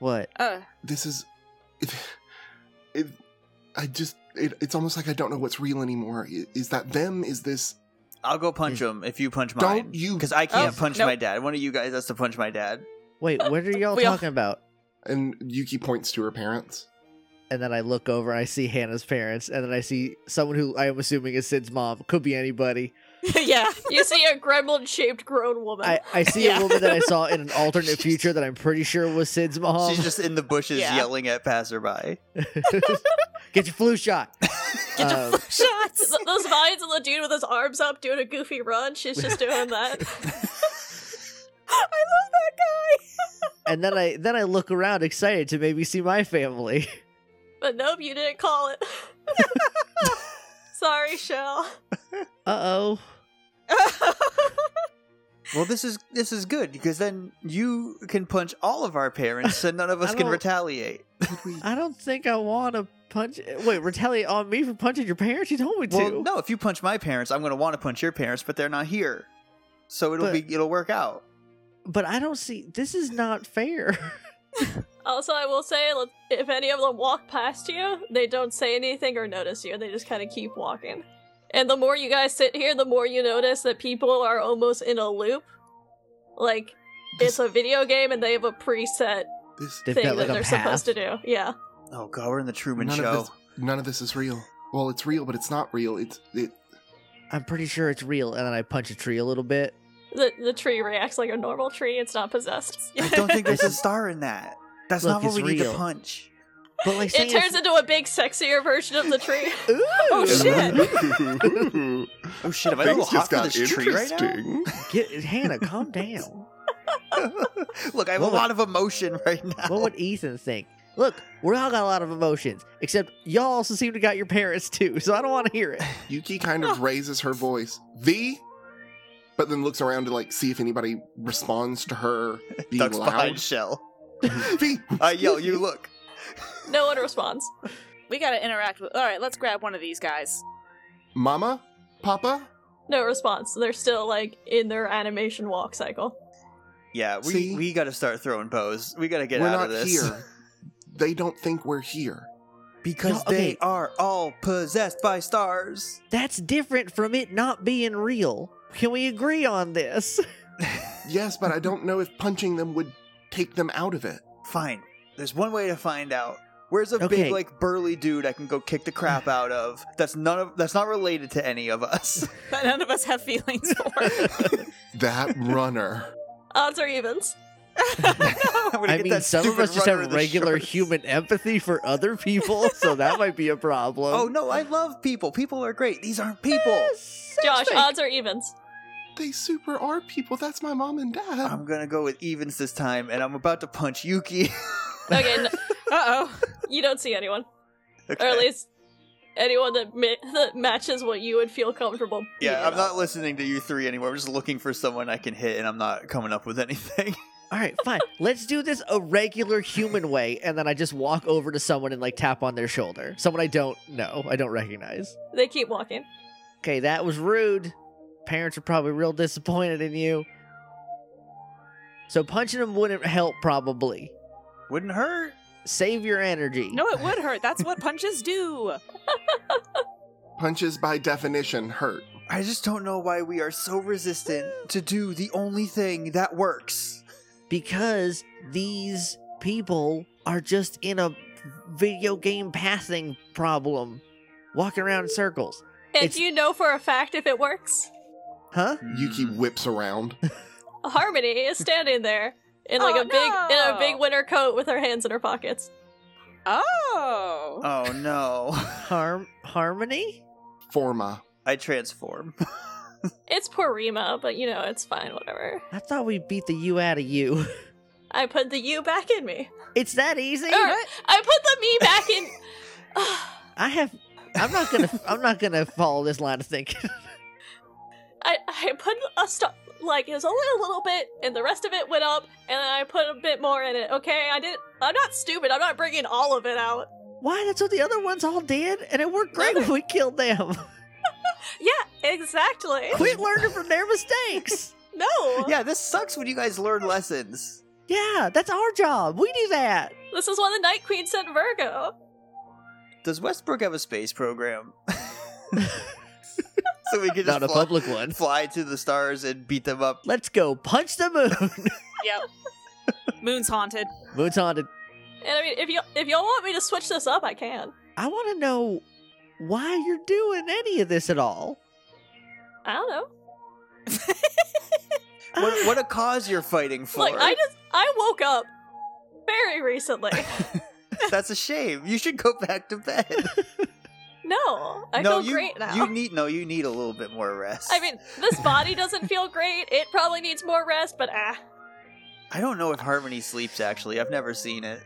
Speaker 2: What?
Speaker 1: uh,
Speaker 5: This is. It, it, I just. It, it's almost like I don't know what's real anymore. I- Is that them? Is this.
Speaker 3: I'll go punch him if you punch mine.
Speaker 5: Don't you-
Speaker 3: Because I
Speaker 1: Oh,
Speaker 3: can't punch
Speaker 1: nope.
Speaker 3: my dad. One of you guys has to punch my dad.
Speaker 2: Wait, what are y'all
Speaker 1: We all-
Speaker 2: talking about?
Speaker 5: And Yuki points to her parents.
Speaker 2: And then I look over and I see Hannah's parents, and then I see someone who I am assuming is Sid's mom. Could be anybody.
Speaker 1: yeah.
Speaker 4: You see a gremlin shaped grown woman.
Speaker 2: I, I see
Speaker 1: Yeah.
Speaker 2: a woman that I saw in an alternate future that I'm pretty sure was Sid's
Speaker 5: Oh.
Speaker 2: mom.
Speaker 3: She's just in the bushes
Speaker 1: yeah.
Speaker 3: yelling at passerby.
Speaker 2: Get your flu shot.
Speaker 1: Get your
Speaker 2: Um,
Speaker 1: flu shots.
Speaker 4: Th- those vines of the dude with his arms up doing a goofy run. She's just doing that.
Speaker 1: I love that guy.
Speaker 2: and then I then I look around excited to maybe see my family.
Speaker 4: But nope, you didn't call it. Sorry, Shell.
Speaker 2: Uh oh.
Speaker 3: Well, this is this is good because then you can punch all of our parents, and none of us
Speaker 2: I
Speaker 3: can
Speaker 2: don't-
Speaker 3: retaliate.
Speaker 5: Could we.
Speaker 2: I don't think I want to punch. Wait, retaliate on me for punching your parents? You told me to.
Speaker 3: Well, no, if you punch my parents, I'm gonna want to punch your parents, but they're not here, so it'll
Speaker 2: But-
Speaker 3: be it'll work out.
Speaker 2: But I don't see. This is not fair.
Speaker 4: Also, I will say, let- if any of them walk past you, they don't say anything or notice you. They just kind of keep walking. And the more you guys sit here, the more you notice that people are almost in a loop. Like, it's a video game and they have a preset
Speaker 5: This.
Speaker 2: They've
Speaker 4: thing
Speaker 2: got
Speaker 4: that
Speaker 2: like a
Speaker 4: they're
Speaker 2: path.
Speaker 4: supposed to do. Yeah.
Speaker 3: Oh god, we're in the Truman
Speaker 5: None
Speaker 3: Show.
Speaker 5: of this. None of this is real. Well, it's real, but it's not real. It's. It,
Speaker 2: I'm pretty sure it's real, and then I punch a tree a little bit.
Speaker 4: The, the tree reacts like a normal tree. It's not possessed.
Speaker 3: I don't think there's a star in that. That's
Speaker 2: Look,
Speaker 3: not what
Speaker 2: it's
Speaker 3: we need to
Speaker 2: real.
Speaker 3: punch.
Speaker 2: But like,
Speaker 4: It turns into a big, sexier version of the tree.
Speaker 2: Ooh,
Speaker 1: Oh, shit.
Speaker 3: Oh shit, am I a little hot for this tree right now?
Speaker 2: Get, Hannah, calm down.
Speaker 3: Look, I
Speaker 2: What
Speaker 3: have a
Speaker 2: would-
Speaker 3: lot of emotion right now.
Speaker 2: What would Ethan think? Look, we all got a lot of emotions, except y'all also seem to got your parents too, so I don't want to hear it.
Speaker 5: Yuki kind of raises her voice, V, but then looks around to like see if anybody responds to her being
Speaker 3: Ducks
Speaker 5: loud.
Speaker 3: behind shell.
Speaker 5: v.
Speaker 3: I yell, you look.
Speaker 4: No one responds.
Speaker 1: We gotta interact with. All right, let's grab one of these guys.
Speaker 5: Mama, Papa.
Speaker 4: No response. They're still like in their animation walk cycle.
Speaker 3: Yeah, we
Speaker 5: See?
Speaker 3: we gotta start throwing bows. We gotta get
Speaker 5: we're
Speaker 3: out
Speaker 5: not
Speaker 3: of this.
Speaker 5: here. They don't think we're here.
Speaker 3: Because
Speaker 2: No, okay.
Speaker 3: they are all possessed by stars.
Speaker 2: That's different from it not being real. Can we agree on this?
Speaker 5: Yes, but I don't know if punching them would take them out of it.
Speaker 3: Fine. There's one way to find out. Where's a
Speaker 2: Okay.
Speaker 3: big like burly dude I can go kick the crap out of? That's none of that's not related to any of us.
Speaker 1: That none of us have feelings for.
Speaker 5: That runner.
Speaker 4: Odds or evens.
Speaker 3: I'm gonna
Speaker 2: I
Speaker 3: get
Speaker 2: mean,
Speaker 3: that
Speaker 2: some of
Speaker 3: stupid
Speaker 2: us just
Speaker 3: runner
Speaker 2: have
Speaker 3: in the
Speaker 2: regular
Speaker 3: shorts.
Speaker 2: human empathy for other people, so that might be a problem.
Speaker 3: Oh no, I love people. People are great. These aren't people.
Speaker 4: Josh, odds or evens.
Speaker 5: They super are people. That's my mom and dad.
Speaker 3: I'm gonna go with evens this time, and I'm about to punch Yuki.
Speaker 4: Okay, n-
Speaker 1: Uh oh.
Speaker 4: you don't see anyone,
Speaker 3: Okay.
Speaker 4: or at least anyone that ma- that matches what you would feel comfortable.
Speaker 3: yeah,
Speaker 4: being
Speaker 3: I'm
Speaker 4: about.
Speaker 3: not listening to you three anymore. I'm just looking for someone I can hit, and I'm not coming up with anything.
Speaker 2: All right, fine. Let's do this a regular human way, and then I just walk over to someone and like tap on their shoulder. Someone I don't know, I don't recognize.
Speaker 4: They keep walking.
Speaker 2: Okay, that was rude. Parents are probably real disappointed in you. So punching them wouldn't help, probably.
Speaker 3: Wouldn't hurt.
Speaker 2: Save your energy.
Speaker 1: No, it would hurt. That's what punches do.
Speaker 5: Punches by definition hurt.
Speaker 3: I just don't know why we are so resistant to do the only thing that works.
Speaker 2: because these people are just in a video game passing problem, walking around in circles.
Speaker 4: And
Speaker 2: It's-
Speaker 4: do you know for a fact if it works?
Speaker 2: Huh?
Speaker 5: Yuki
Speaker 3: Mm.
Speaker 5: whips around.
Speaker 4: Harmony is standing there in like
Speaker 1: Oh,
Speaker 4: a big in
Speaker 1: no.
Speaker 4: a big winter coat with her hands in her pockets.
Speaker 1: Oh.
Speaker 3: Oh no.
Speaker 2: Harm harmony?
Speaker 5: Forma.
Speaker 3: I transform.
Speaker 4: It's poor Rima, but you know, it's fine, whatever.
Speaker 2: I thought we beat the you out of you.
Speaker 4: I put the you back in me.
Speaker 2: It's that easy.
Speaker 4: Or, I put the me back in
Speaker 2: I have. I'm not gonna. I'm not gonna follow this line of thinking.
Speaker 4: I, I put a stop like it was only a little bit and the rest of it went up and I put a bit more in it. Okay, I didn't I'm not stupid. I'm not bringing all of it out.
Speaker 2: Why? That's what the other ones all did, and it worked great when we killed them.
Speaker 4: Yeah, exactly.
Speaker 2: Quit learning from their mistakes.
Speaker 4: No.
Speaker 3: yeah, this sucks when you guys learn lessons.
Speaker 2: Yeah, that's our job. We do that.
Speaker 4: This is why the Night Queen sent Virgo.
Speaker 3: Does Westbrook have a space program? so we could just
Speaker 2: Not a
Speaker 3: fly,
Speaker 2: public one.
Speaker 3: fly to the stars and beat them up.
Speaker 2: Let's go punch the moon.
Speaker 1: Yep. Moon's haunted.
Speaker 2: Moon's haunted.
Speaker 4: And I mean, if you if y'all want me to switch this up, I can.
Speaker 2: I want to know why you're doing any of this at all.
Speaker 4: I don't know.
Speaker 3: What, what a cause you're fighting for.
Speaker 4: Look, I just I woke up very recently.
Speaker 3: That's a shame. You should go back to bed.
Speaker 4: no, I
Speaker 3: no,
Speaker 4: feel
Speaker 3: you,
Speaker 4: great now.
Speaker 3: You need no, you need a little bit more rest.
Speaker 4: I mean, this body doesn't feel great. It probably needs more rest, but ah,
Speaker 3: I don't know if Harmony sleeps actually. I've never seen it.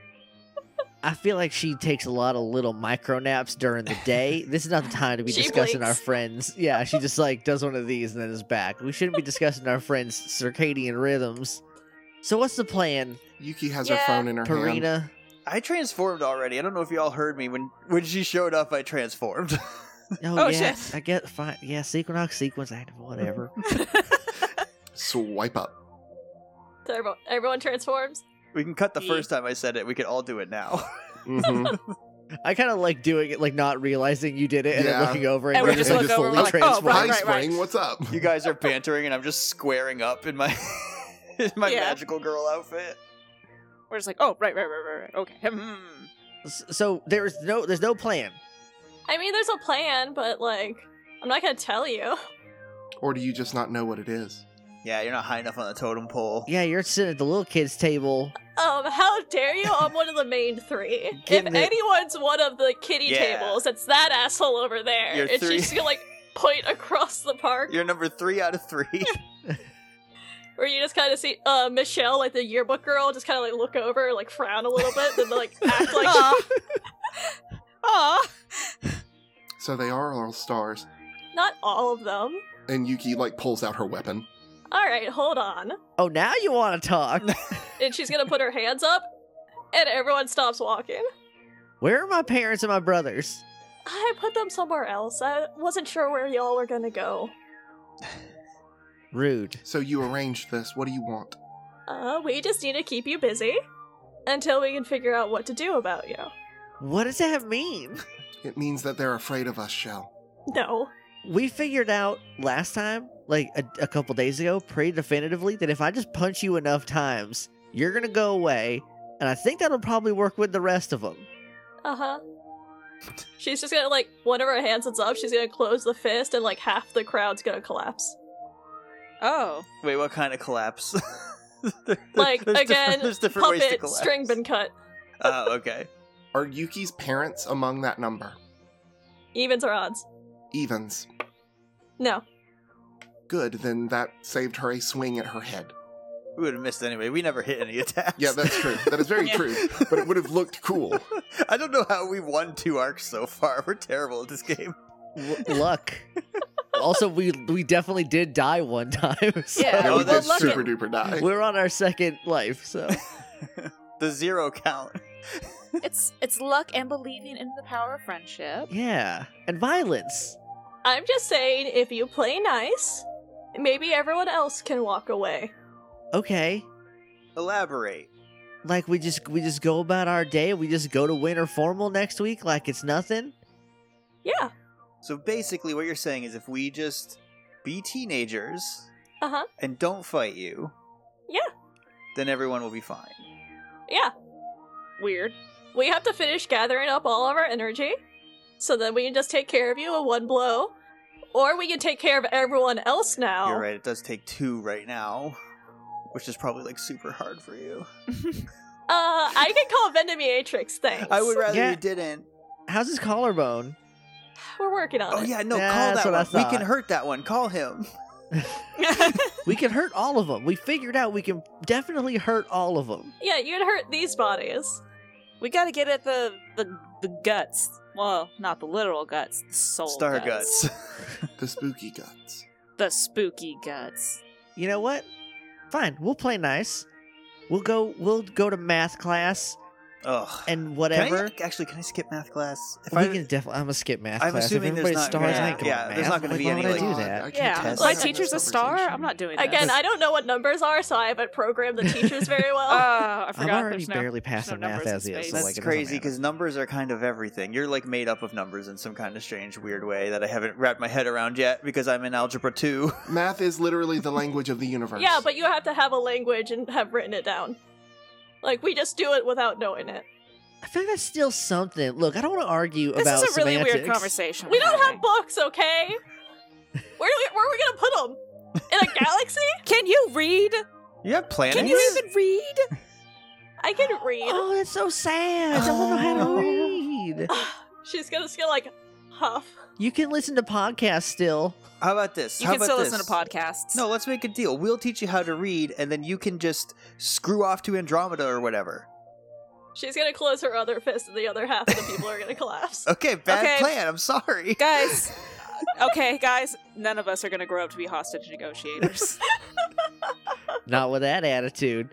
Speaker 2: I feel like she takes a lot of little micro naps during the day. This is not the time to be
Speaker 4: She
Speaker 2: discussing
Speaker 4: blinks.
Speaker 2: our friends. Yeah, she just like does one of these and then is back. We shouldn't be discussing our friends' circadian rhythms. So what's the plan,
Speaker 5: Yuki has
Speaker 1: Yeah.
Speaker 5: her phone in her hand.
Speaker 2: Parina?
Speaker 3: I transformed already. I don't know if y'all heard me when when she showed up. I transformed.
Speaker 1: Oh,
Speaker 2: yeah,
Speaker 1: shit.
Speaker 2: I get fine. Yeah, Sequinox sequence active, whatever.
Speaker 5: Swipe up.
Speaker 4: so everyone, everyone transforms.
Speaker 3: we can cut the
Speaker 1: Ye-
Speaker 3: first time I said it. We can all do it now.
Speaker 5: hmm
Speaker 2: I kind of like doing it, like not realizing you did it and
Speaker 5: Yeah.
Speaker 2: then looking over and,
Speaker 1: And
Speaker 5: we
Speaker 2: you're
Speaker 5: just
Speaker 2: like
Speaker 5: look over,
Speaker 2: fully
Speaker 5: we're
Speaker 1: like, oh,
Speaker 2: transformed.
Speaker 1: Right,
Speaker 5: Hi,
Speaker 1: right, right.
Speaker 5: Spring. What's up?
Speaker 3: you guys are bantering, and I'm just squaring up in my in my
Speaker 1: Yeah.
Speaker 3: magical girl outfit.
Speaker 1: We're just like, oh, right, right, right, right, right. Okay. Hmm.
Speaker 2: S- So there's no, there's no plan.
Speaker 4: I mean, there's a plan, but like, I'm not gonna tell you.
Speaker 5: Or do you just not know what it is?
Speaker 3: Yeah, you're not high enough on the totem pole.
Speaker 2: Yeah, you're sitting at the little kids' table.
Speaker 4: Um, how dare you? I'm one of the main three. if
Speaker 2: Getting it.
Speaker 4: anyone's one of the kitty
Speaker 3: Yeah.
Speaker 4: tables, it's that asshole over there.
Speaker 3: You're
Speaker 4: and
Speaker 3: three.
Speaker 4: she's gonna like point across the park.
Speaker 3: You're number three out of three.
Speaker 4: Where you just kind of see uh, Michelle, like the yearbook girl, just kind of like look over, like frown a little bit, then like act like
Speaker 1: Aw. Aw.
Speaker 5: So they are all stars.
Speaker 4: not all of them.
Speaker 5: And Yuki like pulls out her weapon.
Speaker 4: All right, hold on.
Speaker 2: Oh, now you want to talk?
Speaker 4: And she's gonna put her hands up, and everyone stops walking.
Speaker 2: Where are my parents and my brothers?
Speaker 4: I put them somewhere else. I wasn't sure where y'all were gonna go.
Speaker 2: Rude.
Speaker 5: So you arranged this. What do you want?
Speaker 4: Uh, we just need to keep you busy until we can figure out what to do about you.
Speaker 2: What does that mean?
Speaker 5: It means that they're afraid of us, Shell.
Speaker 4: No.
Speaker 2: We figured out last time, like a, a couple days ago, pretty definitively, that if I just punch you enough times, you're gonna go away, and I think that'll probably work with the rest of them.
Speaker 4: Uh huh. She's just gonna like one of her hands is up. She's gonna close the fist, and like half the crowd's gonna collapse.
Speaker 1: Oh.
Speaker 3: Wait, what kind of collapse?
Speaker 4: Like,
Speaker 3: different-
Speaker 4: again,
Speaker 3: there's different ways to
Speaker 4: Puppet
Speaker 3: collapse.
Speaker 4: string been cut.
Speaker 3: Oh, okay.
Speaker 5: Are Yuki's parents among that number?
Speaker 4: Evens or odds?
Speaker 5: Evens.
Speaker 4: No.
Speaker 5: Good, then that saved her a swing at her head.
Speaker 3: We would have missed anyway. We never hit any attacks.
Speaker 5: Yeah, that's true. That is very
Speaker 1: Yeah.
Speaker 5: true. But it would have looked cool.
Speaker 3: I don't know how we won two arcs so far. We're terrible at this game.
Speaker 2: L- luck. also, we we definitely did die one time. so
Speaker 1: Yeah.
Speaker 5: Yeah,
Speaker 3: Oh,
Speaker 5: we did
Speaker 3: that's
Speaker 1: lucky.
Speaker 5: super duper die.
Speaker 2: We're on our second life, so
Speaker 3: The zero count.
Speaker 1: It's it's luck and believing in the power of friendship.
Speaker 2: yeah. And violence.
Speaker 4: I'm just saying, if you play nice, maybe everyone else can walk away.
Speaker 2: Okay.
Speaker 3: Elaborate.
Speaker 2: Like we just we just go about our day. We just go to winter formal next week like it's nothing.
Speaker 4: Yeah.
Speaker 3: So basically, what you're saying is if we just be teenagers
Speaker 4: Uh huh.
Speaker 3: and don't fight you,
Speaker 4: Yeah.
Speaker 3: then everyone will be fine.
Speaker 4: Yeah.
Speaker 1: Weird.
Speaker 4: We have to finish gathering up all of our energy, so then we can just take care of you in one blow, or we can take care of everyone else now.
Speaker 1: Oh.
Speaker 3: You're right. It does take two right now, which is probably like super hard for you.
Speaker 4: Uh, I can call Vendimiatrix. Thanks.
Speaker 3: I would rather
Speaker 2: Yeah.
Speaker 3: you didn't.
Speaker 2: How's his collarbone?
Speaker 4: We're working on
Speaker 3: Oh
Speaker 4: it.
Speaker 3: yeah, no,
Speaker 2: Yeah,
Speaker 3: call
Speaker 2: that's
Speaker 3: that
Speaker 2: what I
Speaker 3: one. We can
Speaker 2: thought.
Speaker 3: hurt that one. Call him.
Speaker 2: We can hurt all of them. We figured out we can definitely hurt all of them.
Speaker 4: Yeah, you can hurt these bodies.
Speaker 1: We gotta get at the the, the guts. Well, not the literal guts, the soul
Speaker 3: Star
Speaker 1: guts.
Speaker 3: guts.
Speaker 5: The spooky guts.
Speaker 1: The spooky guts.
Speaker 2: You know what? Fine, we'll play nice. We'll go we'll go to math class
Speaker 3: Ugh.
Speaker 2: and
Speaker 3: Can I-
Speaker 2: whatever.
Speaker 3: actually, can I skip math class? If
Speaker 2: we
Speaker 3: I
Speaker 2: can definitely. I'm gonna skip math
Speaker 3: I'm
Speaker 2: class.
Speaker 3: assuming
Speaker 2: if
Speaker 3: there's
Speaker 2: everybody's
Speaker 3: not-
Speaker 2: stars,
Speaker 1: yeah,
Speaker 2: I ain't going
Speaker 3: yeah,
Speaker 2: to
Speaker 3: there's
Speaker 2: math.
Speaker 3: not gonna
Speaker 2: Like,
Speaker 3: be
Speaker 2: why
Speaker 3: any,
Speaker 2: would I
Speaker 3: like-
Speaker 2: do
Speaker 5: God,
Speaker 2: that?
Speaker 5: I can't
Speaker 1: Yeah,
Speaker 5: test
Speaker 1: my
Speaker 5: this
Speaker 1: teacher's a star.
Speaker 5: conversation.
Speaker 1: I'm not doing this.
Speaker 4: Again, I don't know what numbers are, so I haven't programmed the teachers very
Speaker 1: Oh,
Speaker 4: well.
Speaker 1: I
Speaker 2: I'm
Speaker 1: forgot.
Speaker 2: already
Speaker 1: there's no-
Speaker 2: barely passing
Speaker 1: no
Speaker 2: math
Speaker 1: numbers in
Speaker 2: as is.
Speaker 1: space.
Speaker 2: So
Speaker 3: That's
Speaker 2: like, it doesn't
Speaker 3: crazy
Speaker 2: matter.
Speaker 3: because numbers are kind of everything. You're like made up of numbers in some kind of strange, weird way that I haven't wrapped my head around yet because I'm in algebra two.
Speaker 5: Math is literally the language of the
Speaker 3: Uh,
Speaker 5: universe.
Speaker 4: yeah, but you have to have a language and have written it down. Like we just do it without knowing it.
Speaker 2: I feel like that's still something. Look, I don't want to argue
Speaker 1: This
Speaker 2: about
Speaker 1: is a really weird
Speaker 2: semantics.
Speaker 1: conversation.
Speaker 4: We
Speaker 1: we're
Speaker 4: don't
Speaker 1: having.
Speaker 4: have books, okay? Where do we, where are we gonna put them? In a galaxy?
Speaker 1: Can you read?
Speaker 3: You have planets.
Speaker 1: Can you even read?
Speaker 4: I can read.
Speaker 2: Oh, that's so sad. I don't know how to
Speaker 3: Oh.
Speaker 2: read.
Speaker 4: She's gonna just go like huff.
Speaker 2: You can listen to podcasts still.
Speaker 3: How about this?
Speaker 1: You
Speaker 3: How
Speaker 1: can
Speaker 3: about
Speaker 1: still
Speaker 3: this?
Speaker 1: listen to podcasts.
Speaker 3: No, let's make a deal. We'll teach you how to read, and then you can just screw off to Andromeda or whatever.
Speaker 4: She's gonna close her other fist, and the other half of the people are gonna collapse.
Speaker 3: Okay, bad
Speaker 1: Okay.
Speaker 3: plan. I'm sorry.
Speaker 1: guys. okay, guys. None of us are gonna grow up to be hostage negotiators.
Speaker 2: Not with that attitude.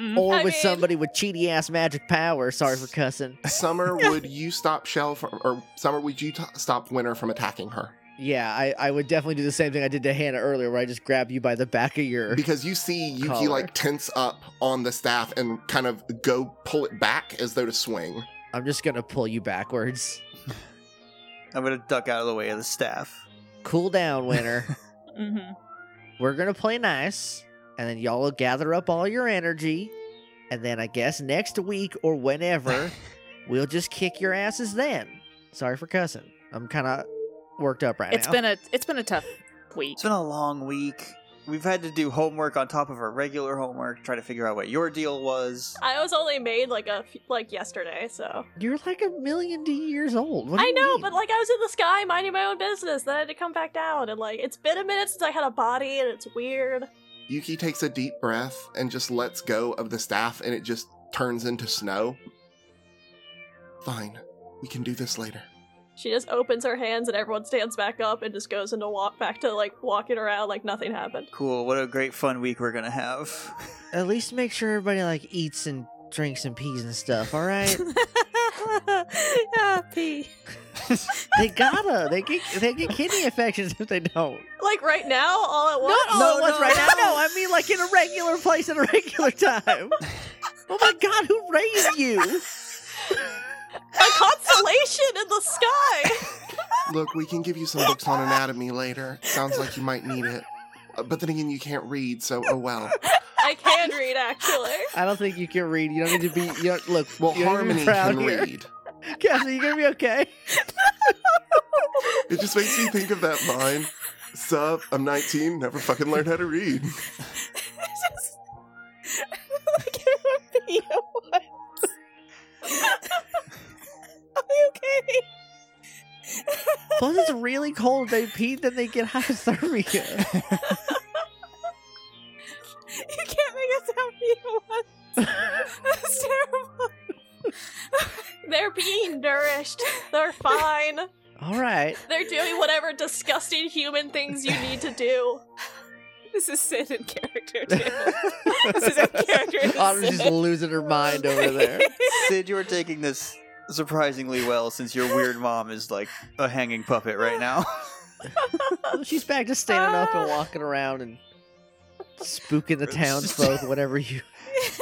Speaker 1: Mm.
Speaker 3: Oh,
Speaker 2: Or
Speaker 4: I
Speaker 2: with
Speaker 4: mean-
Speaker 2: somebody with cheaty ass magic power. Sorry for cussing.
Speaker 5: Summer, would you stop Shell from, or Summer, would you t- stop Winter from attacking her?
Speaker 2: Yeah, I, I would definitely do the same thing I did to Hannah earlier, where I just grab you by the back of your.
Speaker 5: Because you see Yuki
Speaker 2: Collar.
Speaker 5: like tense up on the staff and kind of go pull it back as though to swing.
Speaker 2: I'm just gonna pull you backwards.
Speaker 3: I'm gonna duck out of the way of the staff.
Speaker 2: Cool down, winner.
Speaker 4: Mm-hmm.
Speaker 1: Mhm.
Speaker 2: We're gonna play nice, and then y'all will gather up all your energy, and then I guess next week or whenever, we'll just kick your asses then. Sorry for cussing. I'm kind of worked up right
Speaker 1: It's
Speaker 2: now.
Speaker 1: been a it's been a tough week.
Speaker 3: It's been a long week. We've had to do homework on top of our regular homework, try to figure out what your deal was.
Speaker 4: I was only made like a f- like yesterday, so
Speaker 2: You're like a million D years old. What do
Speaker 4: I
Speaker 2: you
Speaker 4: know.
Speaker 2: mean?
Speaker 4: But like, I was in the sky minding my own business, then I had to come back down, and like, it's been a minute since I had a body, and it's weird.
Speaker 5: Yuki takes a deep breath and just lets go of the staff and it just turns into snow. Fine, we can do this later.
Speaker 4: She just opens her hands, and everyone stands back up, and just goes into walk back to like walking around like nothing happened.
Speaker 3: Cool. What a great fun week we're gonna have.
Speaker 2: at least make sure everybody like eats and drinks and pees and stuff. All right,
Speaker 1: Happy.
Speaker 2: they gotta. They get they get kidney infections if they don't.
Speaker 4: Like right now, all at once.
Speaker 2: Not all
Speaker 3: No,
Speaker 2: at once
Speaker 3: no.
Speaker 2: right now. No, I mean like in a regular place at a regular time. Oh my god, who raised you?
Speaker 4: a constellation in the sky.
Speaker 5: Look, we can give you some books on anatomy later. Sounds like you might need it. Uh, But then again, you can't read, so oh well.
Speaker 4: I can read actually.
Speaker 2: I don't think you can read. You don't need to be. You don't, look,
Speaker 5: Well,
Speaker 2: you don't need to be
Speaker 5: Harmony
Speaker 2: proud
Speaker 5: can
Speaker 2: here.
Speaker 5: read.
Speaker 2: Cassie, you gonna be okay?
Speaker 5: It just makes me think of that line. Sup, I'm 19, never fucking learned how to read.
Speaker 1: okay.
Speaker 2: Plus, it's really cold. They pee, then they get hypothermia.
Speaker 1: You can't make us happy at once. That's terrible.
Speaker 4: They're being nourished. They're fine.
Speaker 2: All right,
Speaker 4: They're doing whatever disgusting human things you need to do.
Speaker 1: This is Sin in character too. this is a character. in
Speaker 2: Autumn's just
Speaker 1: Sin.
Speaker 2: losing her mind over there.
Speaker 3: Sid, you are taking this surprisingly well since your weird mom is like a hanging puppet right now.
Speaker 2: She's back to Ah. standing up and walking around and spooking the townsfolk. Whatever you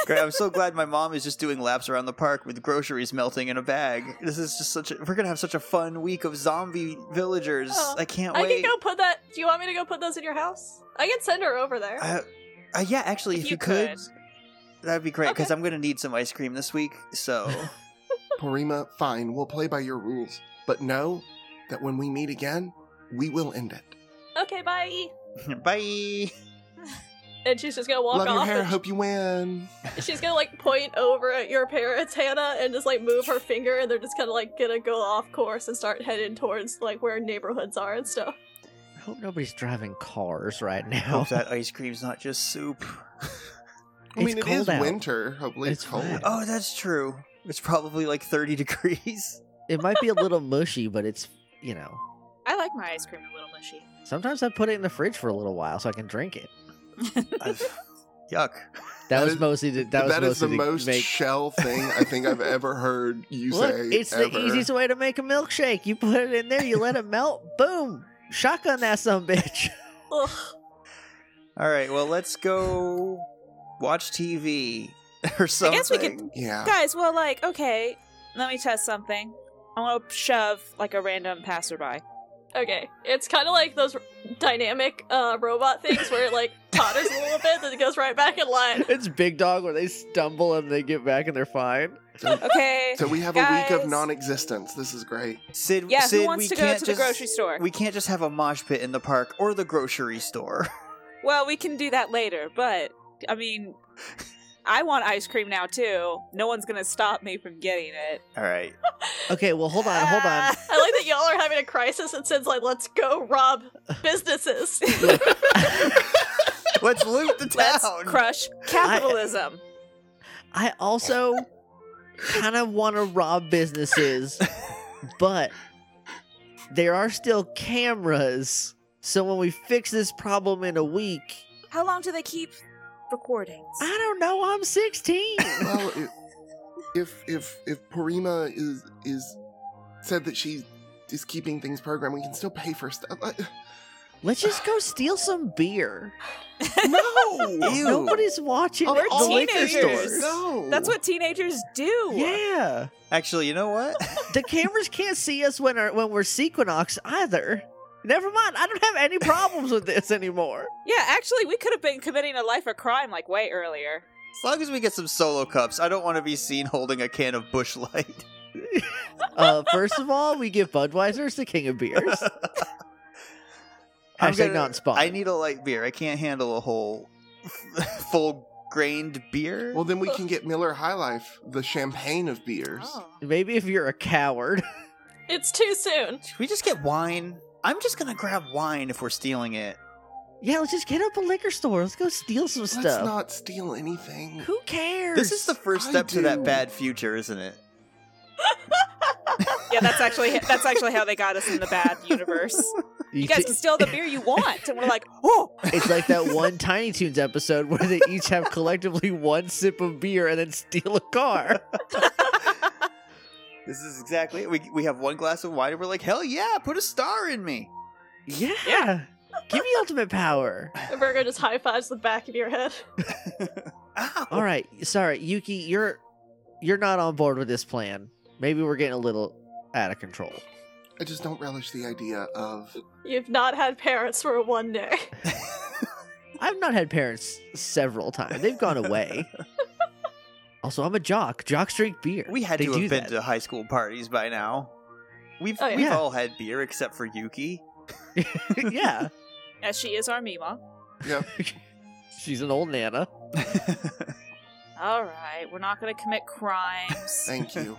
Speaker 3: Great. I'm so glad my mom is just doing laps around the park with groceries melting in a bag. This is just such a. We're gonna have such a fun week of zombie villagers.
Speaker 4: Oh,
Speaker 3: I can't
Speaker 4: I
Speaker 3: wait.
Speaker 4: can go put that. Do you want me to go put those in your house? I can send her over there.
Speaker 3: Uh, uh, yeah, actually, if,
Speaker 1: If
Speaker 3: you,
Speaker 1: you
Speaker 3: could, that'd be great because
Speaker 4: Okay.
Speaker 3: I'm gonna need some ice cream this week. So
Speaker 5: Porima, fine, we'll play by your rules. But know that when we meet again, we will end it.
Speaker 4: okay, bye.
Speaker 3: bye.
Speaker 4: And she's just gonna walk
Speaker 5: Love
Speaker 4: off.
Speaker 5: your hair,
Speaker 4: and
Speaker 5: hope you win.
Speaker 4: she's gonna like point over at your parents, Hannah, and just like move her finger, and they're just kind of like gonna go off course and start heading towards like where neighborhoods are and stuff.
Speaker 2: I hope nobody's driving cars right now.
Speaker 3: Hope that ice cream's not just soup.
Speaker 5: I
Speaker 2: It's
Speaker 5: mean, it
Speaker 2: cold
Speaker 5: is
Speaker 2: out.
Speaker 5: winter. Hopefully, it's,
Speaker 2: It's
Speaker 5: cold.
Speaker 2: fine.
Speaker 3: Oh, that's true. It's probably like 30 degrees.
Speaker 2: It might be a little mushy, but it's you know.
Speaker 1: I like my ice cream a little mushy.
Speaker 2: Sometimes I put it in the fridge for a little while so I can drink it.
Speaker 3: I've- Yuck.
Speaker 2: That,
Speaker 5: That
Speaker 2: was
Speaker 5: is-
Speaker 2: mostly to, that was
Speaker 5: that is the
Speaker 2: mostly to
Speaker 5: most
Speaker 2: make.
Speaker 5: shell thing I think I've ever heard you
Speaker 2: Look,
Speaker 5: say.
Speaker 2: it's the
Speaker 5: ever.
Speaker 2: easiest way to make a milkshake. You put it in there, you let it melt, boom, shotgun that some bitch.
Speaker 4: Ugh.
Speaker 3: All right, well, let's go watch TV or something.
Speaker 1: guess we could-
Speaker 5: Yeah.
Speaker 1: Guys, well, like, okay, let me test something. I'm gonna shove like a random passerby.
Speaker 4: Okay, it's kind of like those dynamic uh, robot things where it like totters a little bit, then it goes right back in line.
Speaker 2: It's big dog where they stumble and they get back and they're fine.
Speaker 1: Okay.
Speaker 5: So we have a week
Speaker 1: Guys.
Speaker 5: of non-existence. This is great.
Speaker 3: Sid,
Speaker 1: yeah,
Speaker 3: Sid,
Speaker 1: who wants
Speaker 3: we
Speaker 1: to go
Speaker 3: can't
Speaker 1: to the
Speaker 3: just,
Speaker 1: grocery store?
Speaker 3: We can't just have a mosh pit in the park or the grocery store.
Speaker 1: Well, we can do that later, but I mean, I want ice cream now too. No one's gonna stop me from getting it.
Speaker 3: All right.
Speaker 2: Okay, well hold on, hold on.
Speaker 4: I like that y'all are having a crisis and Sid's like, let's go rob businesses.
Speaker 3: Let's loot the
Speaker 1: Let's
Speaker 3: town.
Speaker 1: crush capitalism.
Speaker 2: I also kind of want to rob businesses, but there are still cameras. So when we fix this problem in a week,
Speaker 1: How long do they keep recordings?
Speaker 2: I don't know. I'm 16.
Speaker 5: Well, i if if if Porima is is said that she is keeping things programmed, we can still pay for stuff. Uh,
Speaker 2: Let's just go steal some beer.
Speaker 3: no. Ew.
Speaker 2: Nobody's watching.
Speaker 5: Of
Speaker 2: the
Speaker 5: all
Speaker 2: liquor
Speaker 1: teenagers.
Speaker 2: stores.
Speaker 5: No.
Speaker 1: That's what teenagers do.
Speaker 2: Yeah,
Speaker 3: Actually, you know what?
Speaker 2: the cameras can't see us when our, when we're Sequinox either. Never mind. I don't have any problems with this anymore.
Speaker 1: Yeah, actually, we could have been committing a life of crime like way earlier.
Speaker 3: as long as we get some solo cups, I don't want to be seen holding a can of Bush Light.
Speaker 2: Uh, first of all, we give Budweiser's the king of beers.
Speaker 3: I'm
Speaker 2: Hashtag
Speaker 3: gonna-
Speaker 2: not sponsored.
Speaker 3: I need a light beer. I can't handle a whole full grained beer.
Speaker 5: Well, then we can get Miller High Life, the champagne of beers.
Speaker 1: Oh.
Speaker 2: Maybe if you're a coward.
Speaker 4: it's too soon.
Speaker 3: Should we just get wine? I'm just gonna grab wine if we're stealing it.
Speaker 2: Yeah, let's just get up a liquor store. Let's go steal some
Speaker 5: Let's
Speaker 2: stuff.
Speaker 5: not steal anything.
Speaker 2: Who cares?
Speaker 3: This is the first
Speaker 5: I
Speaker 3: step to that
Speaker 5: do.
Speaker 3: bad future, isn't it?
Speaker 1: Yeah, that's actually that's actually how they got us in the bad universe. You guys can steal the beer you want, and we're like, oh,
Speaker 2: it's like that one Tiny Toons episode where they each have collectively one sip of beer and then steal a car.
Speaker 3: This is exactly it. We, we have one glass of wine and we're like, hell yeah, put a star in me.
Speaker 2: Yeah. Give me ultimate power.
Speaker 4: And Virgo just high fives the back of your head.
Speaker 3: Ow.
Speaker 2: Ah, All right. Sorry, Yuki, you're you're not on board with this plan. Maybe we're getting a little out of control.
Speaker 5: I just don't relish the idea of
Speaker 4: You've not had parents for one day.
Speaker 2: I've not had parents several times. They've gone away. also, I'm a jock. Jocks drink beer.
Speaker 3: We had
Speaker 2: They
Speaker 3: to
Speaker 2: do
Speaker 3: have been
Speaker 2: that.
Speaker 3: to high school parties by now. We've,
Speaker 4: Oh, yeah.
Speaker 3: we've
Speaker 2: Yeah.
Speaker 3: all had beer except for Yuki.
Speaker 2: yeah.
Speaker 1: as she is our Mima.
Speaker 2: She's an old nana.
Speaker 1: All right, we're not gonna commit crimes.
Speaker 5: thank you.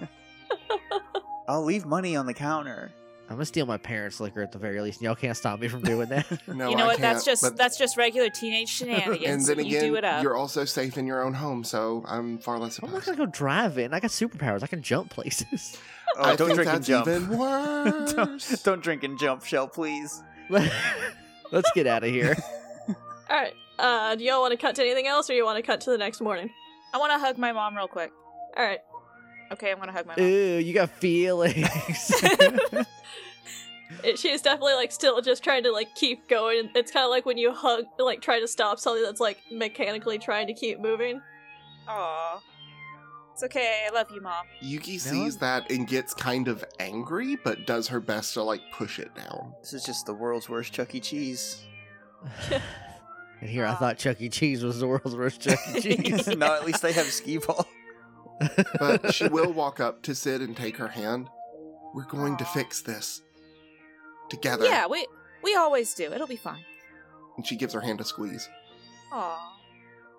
Speaker 3: I'll leave money on the counter.
Speaker 2: I'm gonna steal my parents' liquor at the very least, and y'all can't stop me from doing that.
Speaker 5: No,
Speaker 1: you know
Speaker 5: I
Speaker 1: what?
Speaker 5: Can't,
Speaker 1: that's just
Speaker 5: but-
Speaker 1: that's just regular teenage shenanigans.
Speaker 5: and then
Speaker 1: you do it
Speaker 5: again,
Speaker 1: up.
Speaker 5: you're also safe in your own home, so I'm far less
Speaker 2: I'm not
Speaker 5: opposed.
Speaker 2: gonna go driving. I got superpowers. I can jump places.
Speaker 3: Oh,
Speaker 5: I
Speaker 3: don't
Speaker 5: think
Speaker 3: drink and
Speaker 5: that's
Speaker 3: jump.
Speaker 5: even worse.
Speaker 1: Oh,
Speaker 3: don't, don't drink and jump, Shell, please.
Speaker 2: Let's get out of here.
Speaker 4: Alright, uh, do y'all want to cut to anything else or you want to cut to the next morning?
Speaker 1: I want to hug my mom real quick.
Speaker 4: Alright.
Speaker 1: Okay, I'm gonna hug my
Speaker 2: Ooh,
Speaker 5: Eh.
Speaker 1: mom.
Speaker 2: you got feelings.
Speaker 4: It, she's definitely like still just trying to like keep going. It's kind of like when you hug, like try to stop something that's like mechanically trying to keep moving.
Speaker 1: Aw. It's okay. I love you, mom.
Speaker 5: Yuki
Speaker 2: No?
Speaker 5: sees that and gets kind of angry, but does her best to like push it down.
Speaker 3: This is just the world's worst Chuck E. Cheese.
Speaker 2: and here I
Speaker 1: Aw.
Speaker 2: thought Chuck E. Cheese was the world's worst Chuck E. Cheese.
Speaker 3: no, at least they have skee ball.
Speaker 5: But she will walk up to Sid and take her hand. We're going to fix this together.
Speaker 1: Yeah, we we always do. It'll be fine.
Speaker 5: And she gives her hand a squeeze.
Speaker 1: Aw.